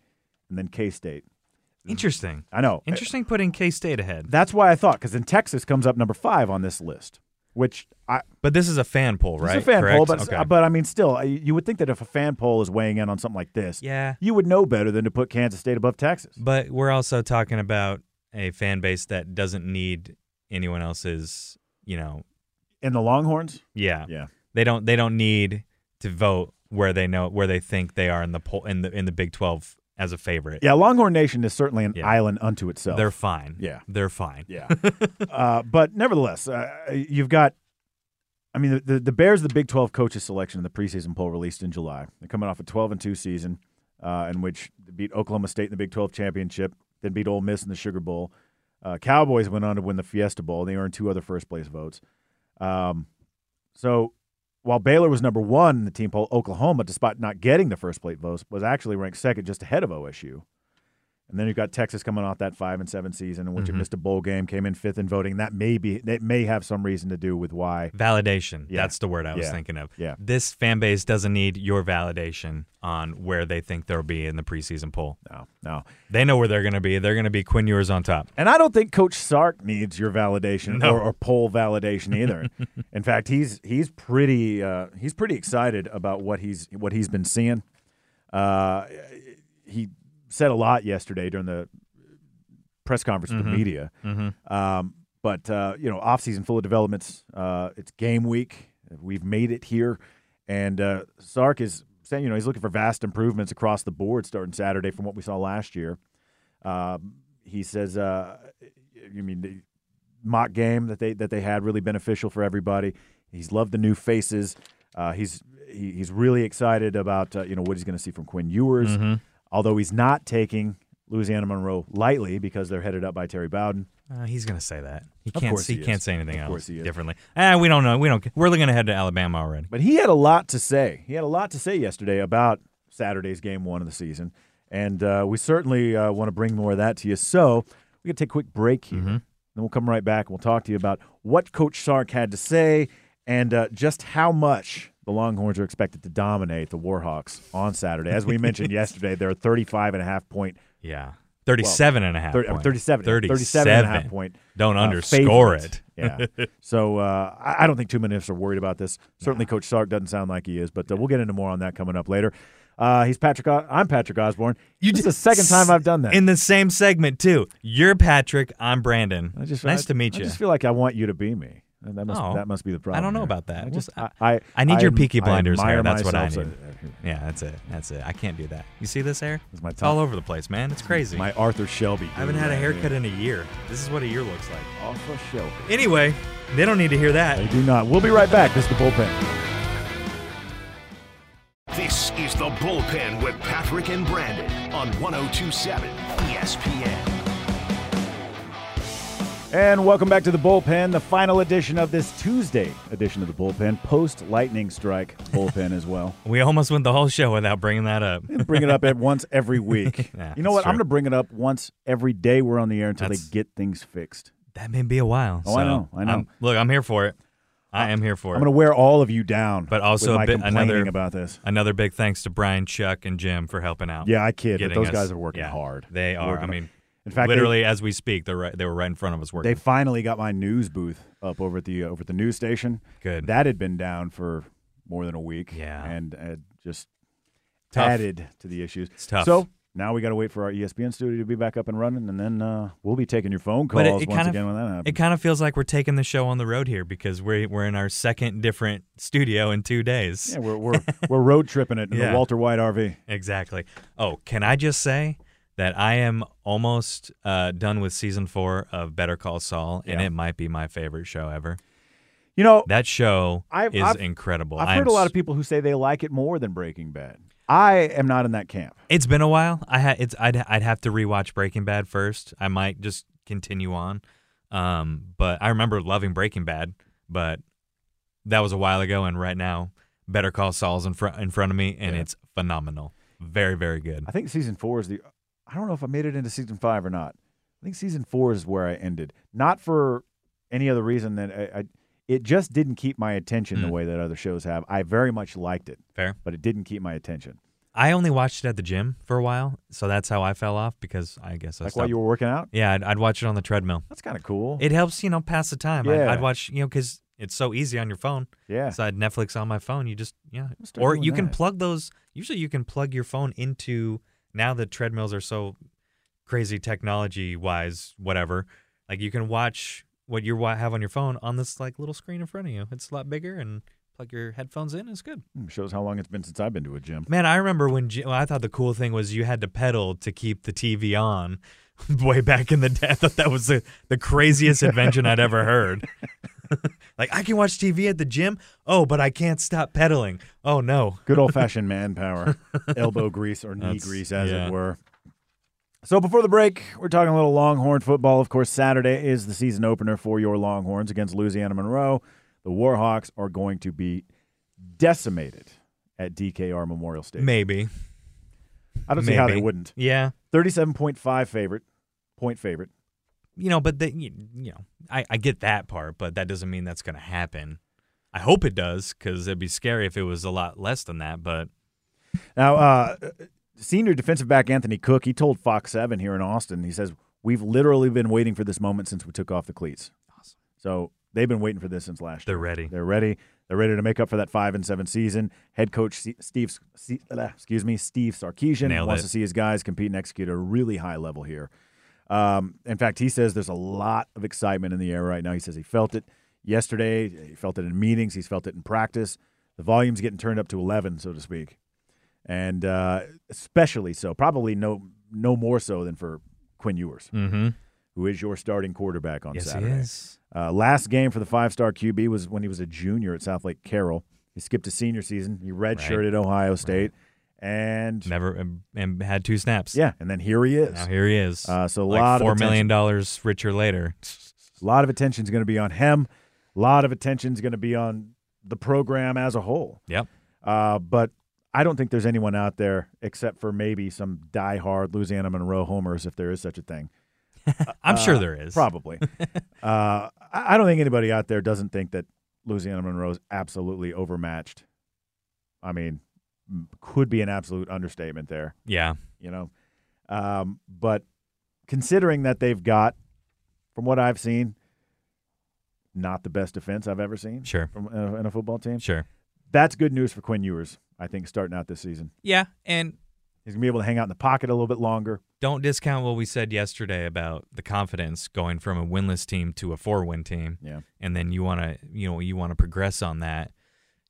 Speaker 2: and then K State.
Speaker 3: Interesting.
Speaker 2: I know.
Speaker 3: Interesting putting K State ahead,
Speaker 2: That's why I thought, because then Texas comes up number five on this list, which I,
Speaker 3: but this is a fan poll, right?
Speaker 2: It's a fan poll,
Speaker 3: Correct?
Speaker 2: but,
Speaker 3: Okay.
Speaker 2: but I mean, still, I- you would think that if a fan poll is weighing in on something like this,
Speaker 3: yeah.
Speaker 2: you would know better than to put Kansas State above Texas.
Speaker 3: But we're also talking about a fan base that doesn't need anyone else's, you know,
Speaker 2: And the Longhorns,
Speaker 3: yeah,
Speaker 2: yeah,
Speaker 3: They don't they don't need to vote where they know where they think they are in the poll in the in the Big Twelve as a favorite.
Speaker 2: Yeah, Longhorn Nation is certainly an
Speaker 3: Yeah.
Speaker 2: island unto itself.
Speaker 3: They're fine.
Speaker 2: Yeah.
Speaker 3: They're fine.
Speaker 2: yeah, (laughs) uh, but nevertheless, uh, you've got. I mean, the, the, the Bears, the Big Twelve coaches selection in the preseason poll released in July. They're coming off a twelve and two season, uh, in which they beat Oklahoma State in the Big Twelve championship, then beat Ole Miss in the Sugar Bowl. Uh, Cowboys went on to win the Fiesta Bowl. They earned two other first place votes. Um, so while Baylor was number one in the team poll, Oklahoma, despite not getting the first plate votes, was actually ranked second, just ahead of OSU. And then you've got Texas coming off that five and seven season, in which it missed a bowl game, came in fifth in voting. That may be that may have some reason to do with why.
Speaker 3: Validation.
Speaker 2: Yeah.
Speaker 3: That's the word I was
Speaker 2: Yeah.
Speaker 3: thinking of.
Speaker 2: Yeah.
Speaker 3: This fan base doesn't need your validation on where they think they'll be in the preseason poll.
Speaker 2: No, no.
Speaker 3: They know where they're going to be. They're going to be Quinn Ewers on top.
Speaker 2: And I don't think Coach Sark needs your validation
Speaker 3: No.
Speaker 2: or, or poll validation either. In fact, he's he's pretty uh, he's pretty excited about what he's what he's been seeing. Uh, he said a lot yesterday during the press conference with the media. Um, but uh, you know, off season full of developments. Uh, it's game week. We've made it here, and uh, Sark is saying you know he's looking for vast improvements across the board starting Saturday from what we saw last year. Um, he says, uh, "You mean the mock game that they that they had really beneficial for everybody. He's loved the new faces. Uh, he's he, he's really excited about uh, you know what he's going to see from Quinn Ewers. Although he's not taking Louisiana Monroe lightly because they're headed up by Terry Bowden.
Speaker 3: Uh, he's going to say that. He
Speaker 2: Of
Speaker 3: can't.
Speaker 2: course
Speaker 3: He,
Speaker 2: he
Speaker 3: can't
Speaker 2: is.
Speaker 3: say anything
Speaker 2: Of
Speaker 3: else
Speaker 2: course he is.
Speaker 3: differently. Ah, we don't know. We don't. We're going to head to Alabama already.
Speaker 2: But he had a lot to say. He had a lot to say yesterday about Saturday's game one of the season, and uh, we certainly uh, want to bring more of that to you. So we're gonna take a quick break here, then we'll come right back. and We'll talk to you about what Coach Sark had to say and uh, just how much the Longhorns are expected to dominate the Warhawks on Saturday. As we mentioned yesterday, they're a 35 and a half point.
Speaker 3: Yeah. 37 and a half.
Speaker 2: 30, uh,
Speaker 3: point.
Speaker 2: 37, 37 and a half
Speaker 3: 37.
Speaker 2: point,
Speaker 3: Don't
Speaker 2: uh,
Speaker 3: underscore
Speaker 2: favorite.
Speaker 3: it. (laughs)
Speaker 2: yeah. So uh, I I don't think two minutes are worried about this. Certainly, Coach Sark doesn't sound like he is, but uh, we'll get into more on that coming up later. Uh, he's Patrick. O- I'm Patrick Osborne. You this is the second time I've done that.
Speaker 3: In the same segment, too. You're Patrick. I'm Brandon.
Speaker 2: I just,
Speaker 3: nice
Speaker 2: I-
Speaker 3: to meet
Speaker 2: I
Speaker 3: you.
Speaker 2: just feel like I want you to be me. And That must,
Speaker 3: Oh.
Speaker 2: that must be the problem.
Speaker 3: I don't know
Speaker 2: here.
Speaker 3: about that.
Speaker 2: I just
Speaker 3: Just-
Speaker 2: I, I,
Speaker 3: I need your
Speaker 2: am-
Speaker 3: Peaky
Speaker 2: I
Speaker 3: Blinders hair.
Speaker 2: admire
Speaker 3: That's what I
Speaker 2: myself,
Speaker 3: need.
Speaker 2: uh,
Speaker 3: yeah, that's it. That's it. I can't do that. You see this hair?
Speaker 2: It's my
Speaker 3: It's all
Speaker 2: top-
Speaker 3: over the place, man. It's crazy.
Speaker 2: my Arthur Shelby.
Speaker 3: I haven't had a haircut in a year. This is what a year looks like.
Speaker 2: Arthur Shelby.
Speaker 3: Anyway, they don't need to hear that.
Speaker 2: They do not. We'll be right back. This is the bullpen.
Speaker 1: This is the bullpen with Patrick and Brandon on 1027 ESPN.
Speaker 2: And welcome back to the bullpen, the final edition of this Tuesday edition of the bullpen, post lightning strike bullpen as
Speaker 3: (laughs)
Speaker 2: well.
Speaker 3: We almost went the whole show without bringing that up.
Speaker 2: Bring it up at once every week.
Speaker 3: (laughs) Yeah,
Speaker 2: you know
Speaker 3: that's
Speaker 2: what? I'm going
Speaker 3: true.
Speaker 2: to bring it up once every day we're on the air until
Speaker 3: That's-
Speaker 2: they get things fixed.
Speaker 3: That may be a while.
Speaker 2: Oh, I
Speaker 3: so
Speaker 2: know, I know.
Speaker 3: I'm- look, I'm here for it. I am here for
Speaker 2: I'm
Speaker 3: it.
Speaker 2: going to wear all of you down.
Speaker 3: But also
Speaker 2: with
Speaker 3: a
Speaker 2: my
Speaker 3: bit-
Speaker 2: complaining
Speaker 3: another-
Speaker 2: about this.
Speaker 3: Another big thanks to Brian, Chuck, and Jim for helping out.
Speaker 2: Yeah, I kid, but
Speaker 3: getting
Speaker 2: those
Speaker 3: us-
Speaker 2: guys are working
Speaker 3: yeah,
Speaker 2: hard.
Speaker 3: They are.
Speaker 2: Working
Speaker 3: I mean,
Speaker 2: In fact, they-
Speaker 3: literally as we speak, they're right, they were right in front of us working.
Speaker 2: They finally got my news booth up over at the uh, over at the news station.
Speaker 3: Good.
Speaker 2: That had been down for more than a week.
Speaker 3: Yeah.
Speaker 2: and uh, just
Speaker 3: Tough.
Speaker 2: added to the issues. It's
Speaker 3: tough.
Speaker 2: So now we got to wait for our E ESPN studio to be back up and running, and then uh, we'll be taking your phone calls
Speaker 3: But it- it
Speaker 2: once
Speaker 3: kind of-
Speaker 2: again when that
Speaker 3: it
Speaker 2: happens.
Speaker 3: kind of feels like we're taking the show on the road here because we're we're in our second different studio in two days.
Speaker 2: yeah, we're
Speaker 3: (laughs)
Speaker 2: we're, we're road tripping it in
Speaker 3: Yeah.
Speaker 2: the Walter White RV.
Speaker 3: Exactly. Oh, can I just say that I am almost uh, done with season four of Better Call Saul, and
Speaker 2: Yeah.
Speaker 3: it might be my favorite show ever.
Speaker 2: You know,
Speaker 3: That show
Speaker 2: I've-
Speaker 3: is
Speaker 2: I've-
Speaker 3: incredible.
Speaker 2: I've
Speaker 3: I'm
Speaker 2: heard a lot
Speaker 3: s-
Speaker 2: of people who say they like it more than Breaking Bad. I am not in that camp.
Speaker 3: It's been a while. I had it's I'd I'd have to rewatch Breaking Bad first. I might just continue on. Um, but I remember loving Breaking Bad, but that was a while ago and right now Better Call Saul's in front in front of me and
Speaker 2: Yeah.
Speaker 3: it's phenomenal. Very very good.
Speaker 2: I think season four is the. I don't know if I made it into season five or not. I think season four is where I ended. Not for any other reason than I. I it just didn't keep my attention the way that other shows have. I very much liked it,
Speaker 3: Fair.
Speaker 2: but it didn't keep my attention.
Speaker 3: I only watched it at the gym for a while, so that's how I fell off because I guess I
Speaker 2: Like
Speaker 3: stopped.
Speaker 2: while you were working out,
Speaker 3: yeah, I'd, I'd watch it on the treadmill.
Speaker 2: that's kind of cool.
Speaker 3: It helps, you know, pass the time. I'd,
Speaker 2: Yeah.
Speaker 3: I'd watch, you know, because it's so easy on your phone.
Speaker 2: yeah,
Speaker 3: So I had Netflix on my phone. You just yeah,
Speaker 2: gonna start
Speaker 3: or
Speaker 2: doing
Speaker 3: you can
Speaker 2: that.
Speaker 3: plug those. Usually you can plug your phone into. Now the treadmills are so crazy technology wise, whatever. Like you can watch what you wa- have on your phone on this like little screen in front of you. It's a lot bigger and plug your headphones in. It's good.
Speaker 2: Hmm, Shows how long it's been since I've been to a gym.
Speaker 3: Man, I remember when gy- well, I thought the cool thing was you had to pedal to keep the TV on. (laughs) Way back in the day, I thought that was the, the craziest invention I'd ever heard. (laughs) like I can watch TV at the gym. Oh, but I can't stop pedaling. Oh no.
Speaker 2: Good old fashioned
Speaker 3: (laughs)
Speaker 2: manpower, elbow grease or knee
Speaker 3: That's-
Speaker 2: grease, as
Speaker 3: yeah.
Speaker 2: it were. So before the break, we're talking a little Longhorn football. Of course, Saturday is the season opener for your Longhorns against Louisiana Monroe. The Warhawks are going to be decimated at DKR Memorial Stadium.
Speaker 3: Maybe.
Speaker 2: I don't see how they
Speaker 3: maybe.
Speaker 2: wouldn't.
Speaker 3: Yeah.
Speaker 2: Thirty-seven point five favorite, point favorite.
Speaker 3: You know, but they, you, you know, I, I get that part, but that doesn't mean that's going to happen. I hope it does because it'd be scary if it was a lot less than that. But
Speaker 2: Now, uh, senior defensive back Anthony Cook, he told Fox 7 here in Austin, he says, We've literally been waiting for this moment since we took off the cleats.
Speaker 3: Awesome.
Speaker 2: So they've been waiting for this since last
Speaker 3: They're
Speaker 2: year.
Speaker 3: ready.
Speaker 2: They're ready. They're ready to make up for that five and seven season. Head coach C- Steve, C- uh, excuse me, Steve Sarkeesian
Speaker 3: Nailed
Speaker 2: wants
Speaker 3: it.
Speaker 2: to see his guys compete and execute at a really high level here. Um, in fact, he says there's a lot of excitement in the air right now. He says he felt it yesterday. He felt it in meetings. He's felt it in practice. The volume's getting turned up to 11, so to speak and uh, especially so, probably no no more so than for Quinn Ewers,
Speaker 3: mm-hmm.
Speaker 2: who is your starting quarterback on
Speaker 3: yes,
Speaker 2: Saturday.
Speaker 3: it is.
Speaker 2: Uh, last game for the five star QB was when he was a junior at South Lake Carroll. He skipped his senior season. He redshirted Ohio State, and
Speaker 3: Never and, and had two snaps.
Speaker 2: yeah, and then here he is.
Speaker 3: Now here he is.
Speaker 2: Uh, so a
Speaker 3: like
Speaker 2: lot of
Speaker 3: four
Speaker 2: attention.
Speaker 3: million dollars richer later.
Speaker 2: A lot of attention's going to be on him. A lot of attention's going to be on the program as a whole.
Speaker 3: (laughs) Yep.
Speaker 2: Uh, but I don't think there's anyone out there, except for maybe some diehard Louisiana Monroe homers, if there is such a thing.
Speaker 3: I'm sure
Speaker 2: Uh,
Speaker 3: there is. (laughs)
Speaker 2: Probably. uh, I I don't think anybody out there doesn't think that Louisiana Monroe is absolutely overmatched. I mean, m- could be an absolute understatement there,
Speaker 3: Yeah.
Speaker 2: you know. Um, but considering that they've got, from what I've seen, not the best defense I've ever seen
Speaker 3: Sure.
Speaker 2: from uh, in a football team.
Speaker 3: Sure.
Speaker 2: That's good news for Quinn Ewers, I think, starting out this season.
Speaker 3: Yeah. And
Speaker 2: He's gonna be able to hang out in the pocket a little bit longer.
Speaker 3: don't discount what we said yesterday about the confidence going from a winless team to a four win team.
Speaker 2: Yeah.
Speaker 3: And then you want to, you know, you want to progress on that.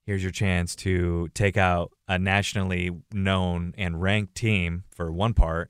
Speaker 3: Here's your chance to take out a nationally known and ranked team for one part.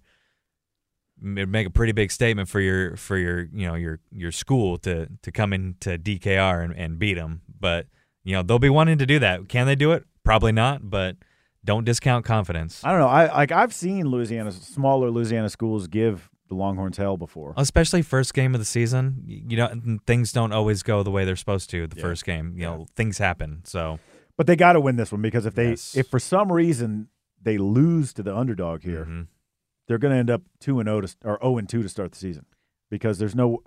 Speaker 3: M- Make a pretty big statement for your for your you know your your school to to come into DKR and, and beat them. But you know they'll be wanting to do that. Can they do it? Probably not. But don't discount confidence,
Speaker 2: I don't know. I like I've seen Louisiana smaller Louisiana schools give the Longhorns hell before.
Speaker 3: especially first game of the season. y- You know, things don't always go the way they're supposed to. The first game, you know, things happen. So
Speaker 2: But they got to win this one because if they
Speaker 3: Yes.
Speaker 2: if for some reason they lose to the underdog here,
Speaker 3: Mhm.
Speaker 2: they're going to end up 2 and 0 to, or 0 and 2 to start the season because there's no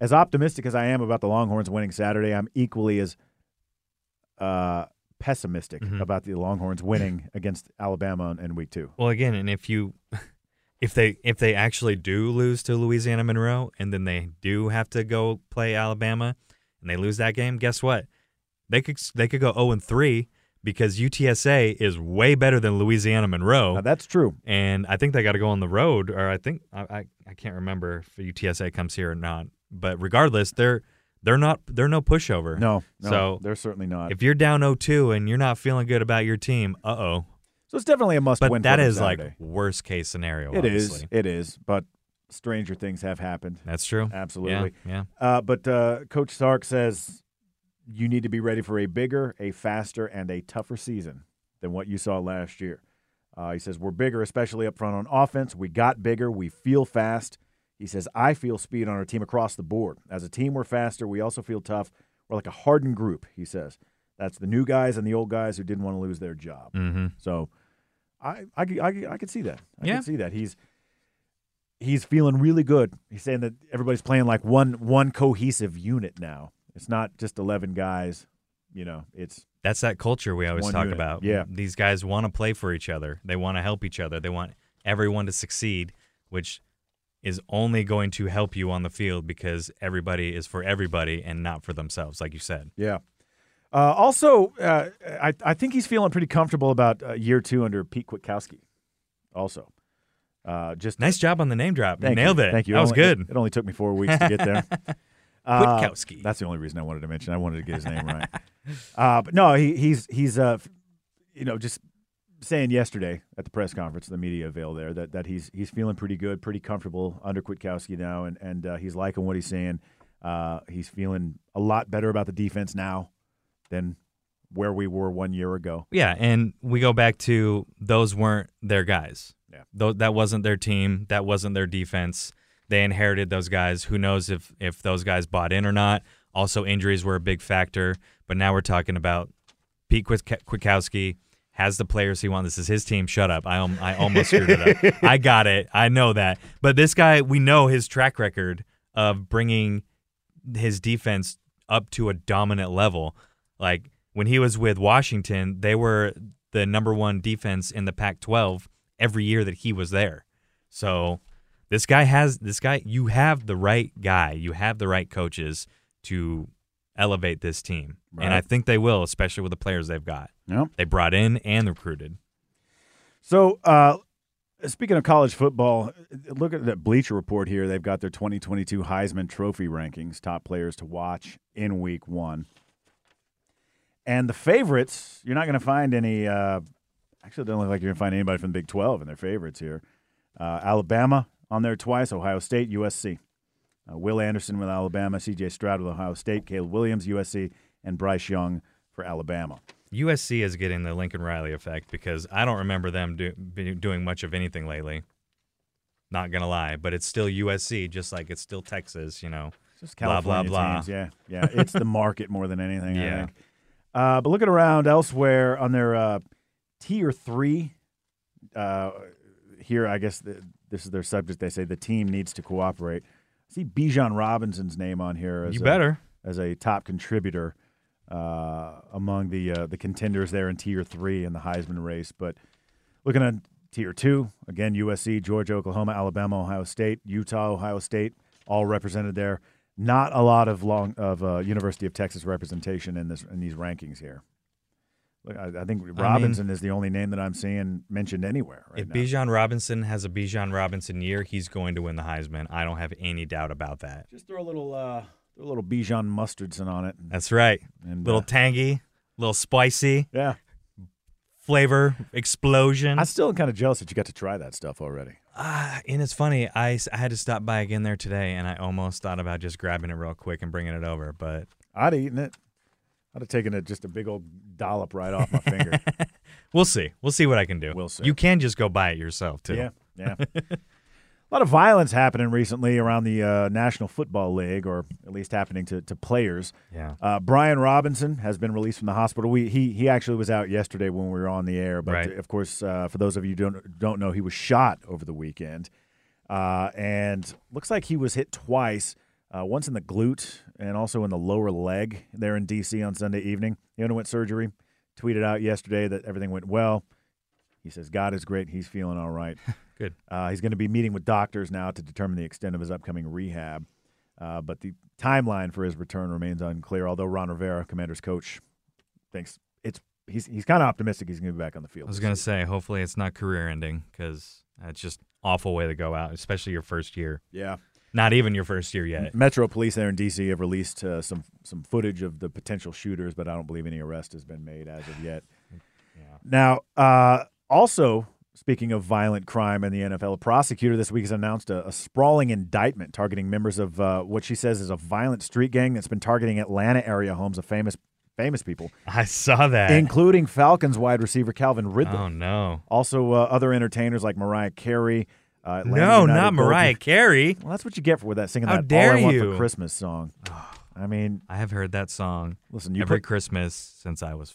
Speaker 2: as optimistic as I am about the Longhorns winning Saturday, I'm equally as uh, pessimistic
Speaker 3: Mhm.
Speaker 2: about the Longhorns winning against Alabama in, in week 2.
Speaker 3: Well, again, and if you, (laughs) if they if they actually do lose to Louisiana Monroe, and then they do have to go play Alabama, and they lose that game, guess what? They could they could go zero and three because UTSA is way better than Louisiana Monroe.
Speaker 2: Now that's true.
Speaker 3: and I think they got to go on the road, or I think I, I I can't remember if UTSA comes here or not. But regardless, they're they're not they're no pushover.
Speaker 2: No, no.
Speaker 3: So-
Speaker 2: they're certainly not.
Speaker 3: If you're down 0-2 and you're not feeling good about your team, uh oh.
Speaker 2: so it's definitely a must win
Speaker 3: But that
Speaker 2: for them
Speaker 3: is like
Speaker 2: Saturday.
Speaker 3: worst case scenario.
Speaker 2: It is.
Speaker 3: obviously.
Speaker 2: It is. But stranger things have happened.
Speaker 3: That's true.
Speaker 2: Absolutely.
Speaker 3: Yeah.
Speaker 2: Uh, but uh, Coach Sark says you need to be ready for a bigger, a faster, and a tougher season than what you saw last year. Uh, he says we're bigger, especially up front on offense. We got bigger. We feel fast. He says I feel speed on our team across the board. As a team, we're faster. We also feel tough. We're like a hardened group. He says that's the new guys and the old guys who didn't want to lose their job.
Speaker 3: yeah. Mm-hmm.
Speaker 2: So I I could- I, could- I could see that. I
Speaker 3: Yeah.
Speaker 2: could see that. He's he's feeling really good. He's saying that everybody's playing like one one cohesive unit now. It's not just 11 guys, you know. It's
Speaker 3: That's that culture we always
Speaker 2: one
Speaker 3: talk
Speaker 2: unit.
Speaker 3: about.
Speaker 2: Yeah.
Speaker 3: These guys want to play for each other. They want to help each other. They want everyone to succeed, which is only going to help you on the field because everybody is for everybody and not for themselves, like you said.
Speaker 2: yeah. Uh, also, uh, I, I think he's feeling pretty comfortable about uh, year two under Pete Kwiatkowski. Also, uh, just
Speaker 3: Nice job on the name drop.
Speaker 2: Thank
Speaker 3: Nailed
Speaker 2: you.
Speaker 3: it.
Speaker 2: Thank you.
Speaker 3: That was
Speaker 2: Only-
Speaker 3: good. (laughs)
Speaker 2: It, it only took me four weeks to get there. Uh,
Speaker 3: Kwiatkowski.
Speaker 2: that's the only reason I wanted to mention. I wanted to get his name right. (laughs) Uh, but no, he, he's he's uh, f- you know just saying yesterday at the press conference, the media avail there that, that he's he's feeling pretty good, pretty comfortable under Kwiatkowski now, and and uh, he's liking what he's seeing. Uh, he's feeling a lot better about the defense now than where we were one year ago.
Speaker 3: Yeah, and we go back to those weren't their guys.
Speaker 2: Yeah.
Speaker 3: Tho- that wasn't their team. That wasn't their defense. They inherited those guys. Who knows if if those guys bought in or not? Also, injuries were a big factor. But now we're talking about Pete Kwik- Kwiatkowski has the players he wants. This is his team. Shut up. I al- I almost screwed it up. I got it. I know that. But this guy, we know his track record of bringing his defense up to a dominant level. Like when he was with Washington, they were the number one defense in the Pac-12 every year that he was there. So this guy has this guy. You have the right guy. You have the right coaches to elevate this team,
Speaker 2: Right.
Speaker 3: and I think they will, especially with the players they've got.
Speaker 2: Yep.
Speaker 3: They brought in and recruited.
Speaker 2: So, uh, speaking of college football, look at that Bleacher Report here. They've got their 2022 Heisman Trophy rankings, top players to watch in Week One, and the favorites. You're not going to find any. Uh, actually, it doesn't look like you're going to find anybody from the Big 12 in their favorites here. Uh, Alabama on there twice. Ohio State, USC. Uh, Will Anderson with Alabama, C.J. Stroud with Ohio State, Caleb Williams, USC, and Bryce Young for Alabama.
Speaker 3: USC is getting the Lincoln Riley effect because I don't remember them do, be doing much of anything lately. Not gonna lie, but it's still USC, just like it's still Texas. You know,
Speaker 2: Just
Speaker 3: Blah, blah,
Speaker 2: California
Speaker 3: blah.
Speaker 2: teams,
Speaker 3: (laughs)
Speaker 2: Yeah, yeah. It's the market more than anything. I
Speaker 3: Yeah.
Speaker 2: think. Uh, but looking around elsewhere on their uh, tier three, uh, here I guess the, this is their subject. They say the team needs to cooperate. I see Bijan Robinson's name on here as
Speaker 3: you
Speaker 2: a,
Speaker 3: better.
Speaker 2: as a top contributor uh, among the uh, the contenders there in tier three in the Heisman race. But looking at tier two, again USC, Georgia, Oklahoma, Alabama, Ohio State, Utah, Ohio State, all represented there. Not a lot of long of uh, University of Texas representation in this in these rankings here. Look, I, I think Robinson is the only name that I'm seeing mentioned anywhere right
Speaker 3: if
Speaker 2: now.
Speaker 3: Bijan Robinson has a Bijan Robinson year, he's going to win the Heisman. I don't have any doubt about that.
Speaker 2: Just throw a little uh, throw a little Bijan Mustardson on it. And,
Speaker 3: That's right.
Speaker 2: and,
Speaker 3: Little
Speaker 2: uh,
Speaker 3: tangy, little spicy
Speaker 2: yeah.
Speaker 3: flavor explosion.
Speaker 2: I'm still kind of jealous that you got to try that stuff already.
Speaker 3: Ah, and it's funny. I, s- I had to stop by again there today, and I almost thought about just grabbing it real quick and bringing it over, but
Speaker 2: I'd have eaten it. I'd have taken it just a big old dollop right off my finger.
Speaker 3: we'll see. We'll see what I can do.
Speaker 2: We'll see.
Speaker 3: You can just go buy it yourself too.
Speaker 2: yeah, yeah. a lot of violence happening recently around the uh, National Football League, or at least happening to, to players.
Speaker 3: Yeah.
Speaker 2: Uh, Brian Robinson has been released from the hospital. We, he he actually was out yesterday when we were on the air, but
Speaker 3: Right.
Speaker 2: of course, uh, for those of you who don't don't know, he was shot over the weekend, uh, and looks like he was hit twice. Uh, once in the glute and also in the lower leg there in D.C. on Sunday evening. He underwent surgery. Tweeted out yesterday that everything went well. He says God is great. He's feeling all right.
Speaker 3: Good.
Speaker 2: Uh, he's going to be meeting with doctors now to determine the extent of his upcoming rehab. Uh, but the timeline for his return remains unclear, although Ron Rivera, Commander's coach, thinks it's he's, he's kind of optimistic he's going to be back on the
Speaker 3: I
Speaker 2: field.
Speaker 3: was
Speaker 2: this
Speaker 3: gonna
Speaker 2: year.
Speaker 3: say, hopefully it's not career ending because that's just awful way to go out, especially your first year.
Speaker 2: Yeah.
Speaker 3: Not even your first year yet.
Speaker 2: Metro police there in D.C. have released uh, some, some footage of the potential shooters, but I don't believe any arrest has been made as of yet. Now, uh, also speaking of violent crime in the NFL, a prosecutor this week has announced a, a sprawling indictment targeting members of uh, what she says is a violent street gang that's been targeting Atlanta area homes of famous famous people,
Speaker 3: I saw that.
Speaker 2: including Falcons wide receiver Calvin Ridley.
Speaker 3: Oh no.
Speaker 2: Also, uh, other entertainers like Mariah Carey. Uh, Atlanta
Speaker 3: No,
Speaker 2: United
Speaker 3: not Mariah
Speaker 2: goalkeeper-
Speaker 3: Carey.
Speaker 2: Well, that's what you get for that singing
Speaker 3: How
Speaker 2: that
Speaker 3: dare
Speaker 2: "All I Want
Speaker 3: you.
Speaker 2: for Christmas" song. I mean,
Speaker 3: I have heard that song
Speaker 2: listen, you
Speaker 3: every
Speaker 2: put
Speaker 3: Christmas since I was,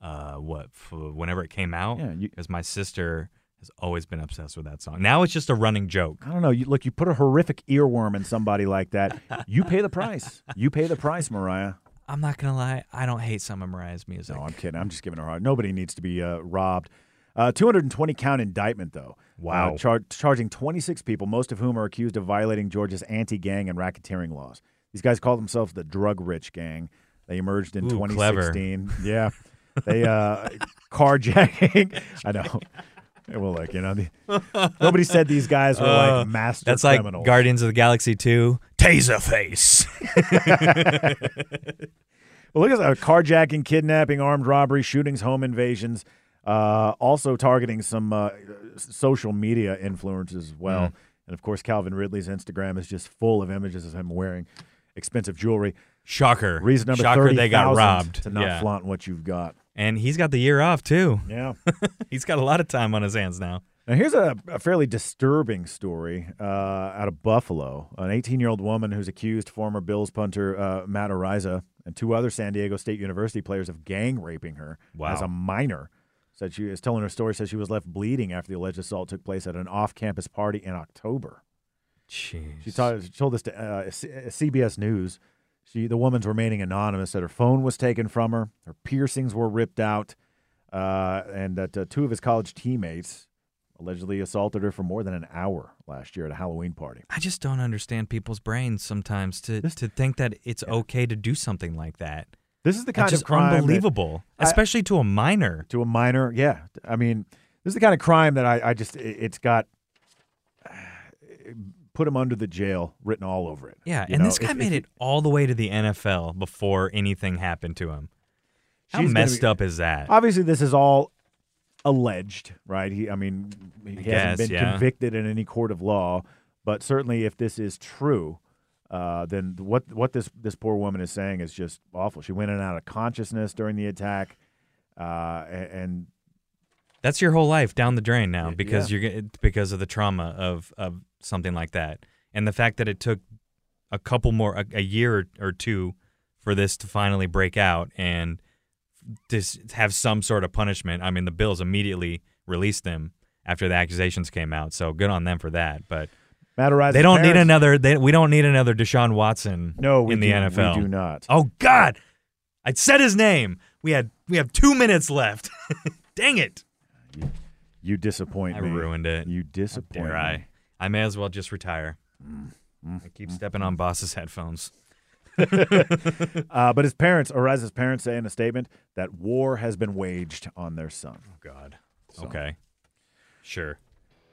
Speaker 3: uh, what, f- whenever it came out.
Speaker 2: Yeah, you-
Speaker 3: Because my sister has always been obsessed with that song. Now it's just a running joke.
Speaker 2: I don't know. You, look, you put a horrific earworm in somebody like that, you pay the price. You pay the price, Mariah.
Speaker 3: I'm not gonna lie, I don't hate some of Mariah's music.
Speaker 2: No, I'm kidding. I'm just giving her hard. Nobody needs to be uh, robbed. Uh, 220 count indictment, though.
Speaker 3: Wow.
Speaker 2: Uh, char- charging 26 people, most of whom are accused of violating Georgia's anti gang and racketeering laws. These guys call themselves the drug rich gang. They emerged in
Speaker 3: Ooh, clever. (laughs)
Speaker 2: 2016. Yeah. They uh, carjacking. I know. And we'll like you know, the- nobody said these guys were like master
Speaker 3: Uh, That's like
Speaker 2: criminals.
Speaker 3: Guardians of the Galaxy 2, Taserface.
Speaker 2: Well, look at that. Carjacking, kidnapping, armed robbery, shootings, home invasions. Uh, also targeting some uh, s- social media influencers as well.
Speaker 3: Mm-hmm.
Speaker 2: And of course, Calvin Ridley's Instagram is just full of images of him wearing expensive jewelry.
Speaker 3: Shocker.
Speaker 2: Reason number
Speaker 3: Shocker
Speaker 2: 30,
Speaker 3: they got robbed.
Speaker 2: To not
Speaker 3: yeah.
Speaker 2: flaunt what you've got.
Speaker 3: And he's got the year off, too. (laughs)
Speaker 2: Yeah.
Speaker 3: He's got a lot of time on his hands now.
Speaker 2: Now, here's a, a fairly disturbing story uh, out of Buffalo. An 18 year old woman who's accused former Bills punter uh, Matt Ariza and two other San Diego State University players of gang raping her
Speaker 3: Wow.
Speaker 2: as a minor. Said she is telling her story, says she was left bleeding after the alleged assault took place at an off campus party in October.
Speaker 3: Jeez.
Speaker 2: She, told- she told this to uh, C- CBS News. She, the woman's remaining anonymous. That her phone was taken from her, her piercings were ripped out, uh, and that uh, two of his college teammates allegedly assaulted her for more than an hour last year at a Halloween party.
Speaker 3: I just don't understand people's brains sometimes to,
Speaker 2: This-
Speaker 3: to think that it's okay to do something like that.
Speaker 2: This is the
Speaker 3: That's
Speaker 2: kind
Speaker 3: just
Speaker 2: of crime that-
Speaker 3: unbelievable,
Speaker 2: I-
Speaker 3: especially to a minor.
Speaker 2: to a minor. Yeah, I mean, this is the kind of crime that I, I just it, it's got uh, put him under the jail written all over it.
Speaker 3: Yeah,
Speaker 2: You
Speaker 3: and
Speaker 2: know,
Speaker 3: this guy
Speaker 2: if-
Speaker 3: made
Speaker 2: if-
Speaker 3: it all the way to the NFL before anything happened to him. How
Speaker 2: She's gonna
Speaker 3: messed
Speaker 2: be-
Speaker 3: up is that?
Speaker 2: Obviously, this is all alleged, right? He, I mean, he hasn't
Speaker 3: guess,
Speaker 2: been
Speaker 3: yeah.
Speaker 2: convicted in any court of law, but certainly, if this is true, uh, then what what this this poor woman is saying is just awful. She went in and out of consciousness during the attack, uh, a- and
Speaker 3: That's your whole life down the drain now
Speaker 2: Y-
Speaker 3: because you're gonna- because of the trauma of of something like that, and the fact that it took a couple more a, a year or two for this to finally break out and just have some sort of punishment. I mean, the Bills immediately released them after the accusations came out, so good on them for that. But
Speaker 2: Matt Ariza's
Speaker 3: they don't need
Speaker 2: parents-
Speaker 3: another. They, we don't need another Deshaun Watson.
Speaker 2: No, we
Speaker 3: in the
Speaker 2: do-
Speaker 3: NFL,
Speaker 2: we do not.
Speaker 3: Oh God, I said his name. We had we have two minutes left. (laughs) Dang it!
Speaker 2: You disappoint
Speaker 3: I
Speaker 2: me.
Speaker 3: ruined it.
Speaker 2: You disappoint. me.
Speaker 3: Dare I? I may as well just retire. I keep stepping on boss's headphones.
Speaker 2: Uh, but his parents, Ariza's parents, say in a statement that war has been waged on their son.
Speaker 3: Oh God. Okay. Sure.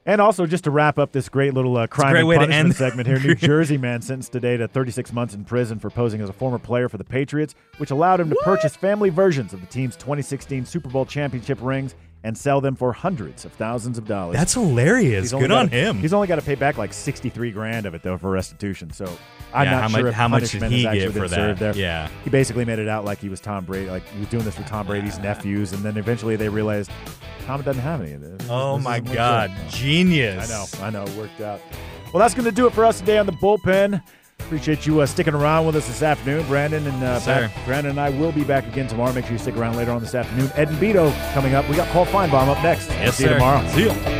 Speaker 2: And also, just to wrap up this great little uh, crime
Speaker 3: great
Speaker 2: and
Speaker 3: way to
Speaker 2: punishment
Speaker 3: end-
Speaker 2: segment
Speaker 3: (laughs)
Speaker 2: here, New Jersey man sentenced today to 36 months in prison for posing as a former player for the Patriots, which allowed him to purchase family versions of the team's 2016 Super Bowl championship rings and sell them for hundreds of thousands of dollars.
Speaker 3: That's hilarious.
Speaker 2: He's only
Speaker 3: Good on
Speaker 2: gotta-
Speaker 3: him.
Speaker 2: He's only got to pay back like 63 grand of it though for restitution. So I'm
Speaker 3: Yeah,
Speaker 2: not
Speaker 3: how
Speaker 2: sure
Speaker 3: much-
Speaker 2: if
Speaker 3: how much did
Speaker 2: punishment
Speaker 3: he
Speaker 2: has actually
Speaker 3: get
Speaker 2: been
Speaker 3: for that?
Speaker 2: served there.
Speaker 3: Yeah.
Speaker 2: he basically made it out like he was Tom Brady, like he was doing this with Tom Brady's nephews, and then eventually they realized Tom doesn't have any of this.
Speaker 3: oh
Speaker 2: This
Speaker 3: my
Speaker 2: isn't what he
Speaker 3: God,
Speaker 2: said. I
Speaker 3: genius!
Speaker 2: know, I know, it worked out. Well, that's going to do it for us today on the bullpen. Appreciate you uh, sticking around with us this afternoon, Brandon and uh,
Speaker 3: Yes, sir.
Speaker 2: Pat- Brandon and I will be back again tomorrow. Make sure you stick around later on this afternoon. Ed and Beto coming up. We got Paul Feinbaum up next.
Speaker 3: Yes,
Speaker 2: See you
Speaker 3: sir.
Speaker 2: tomorrow.
Speaker 3: See you.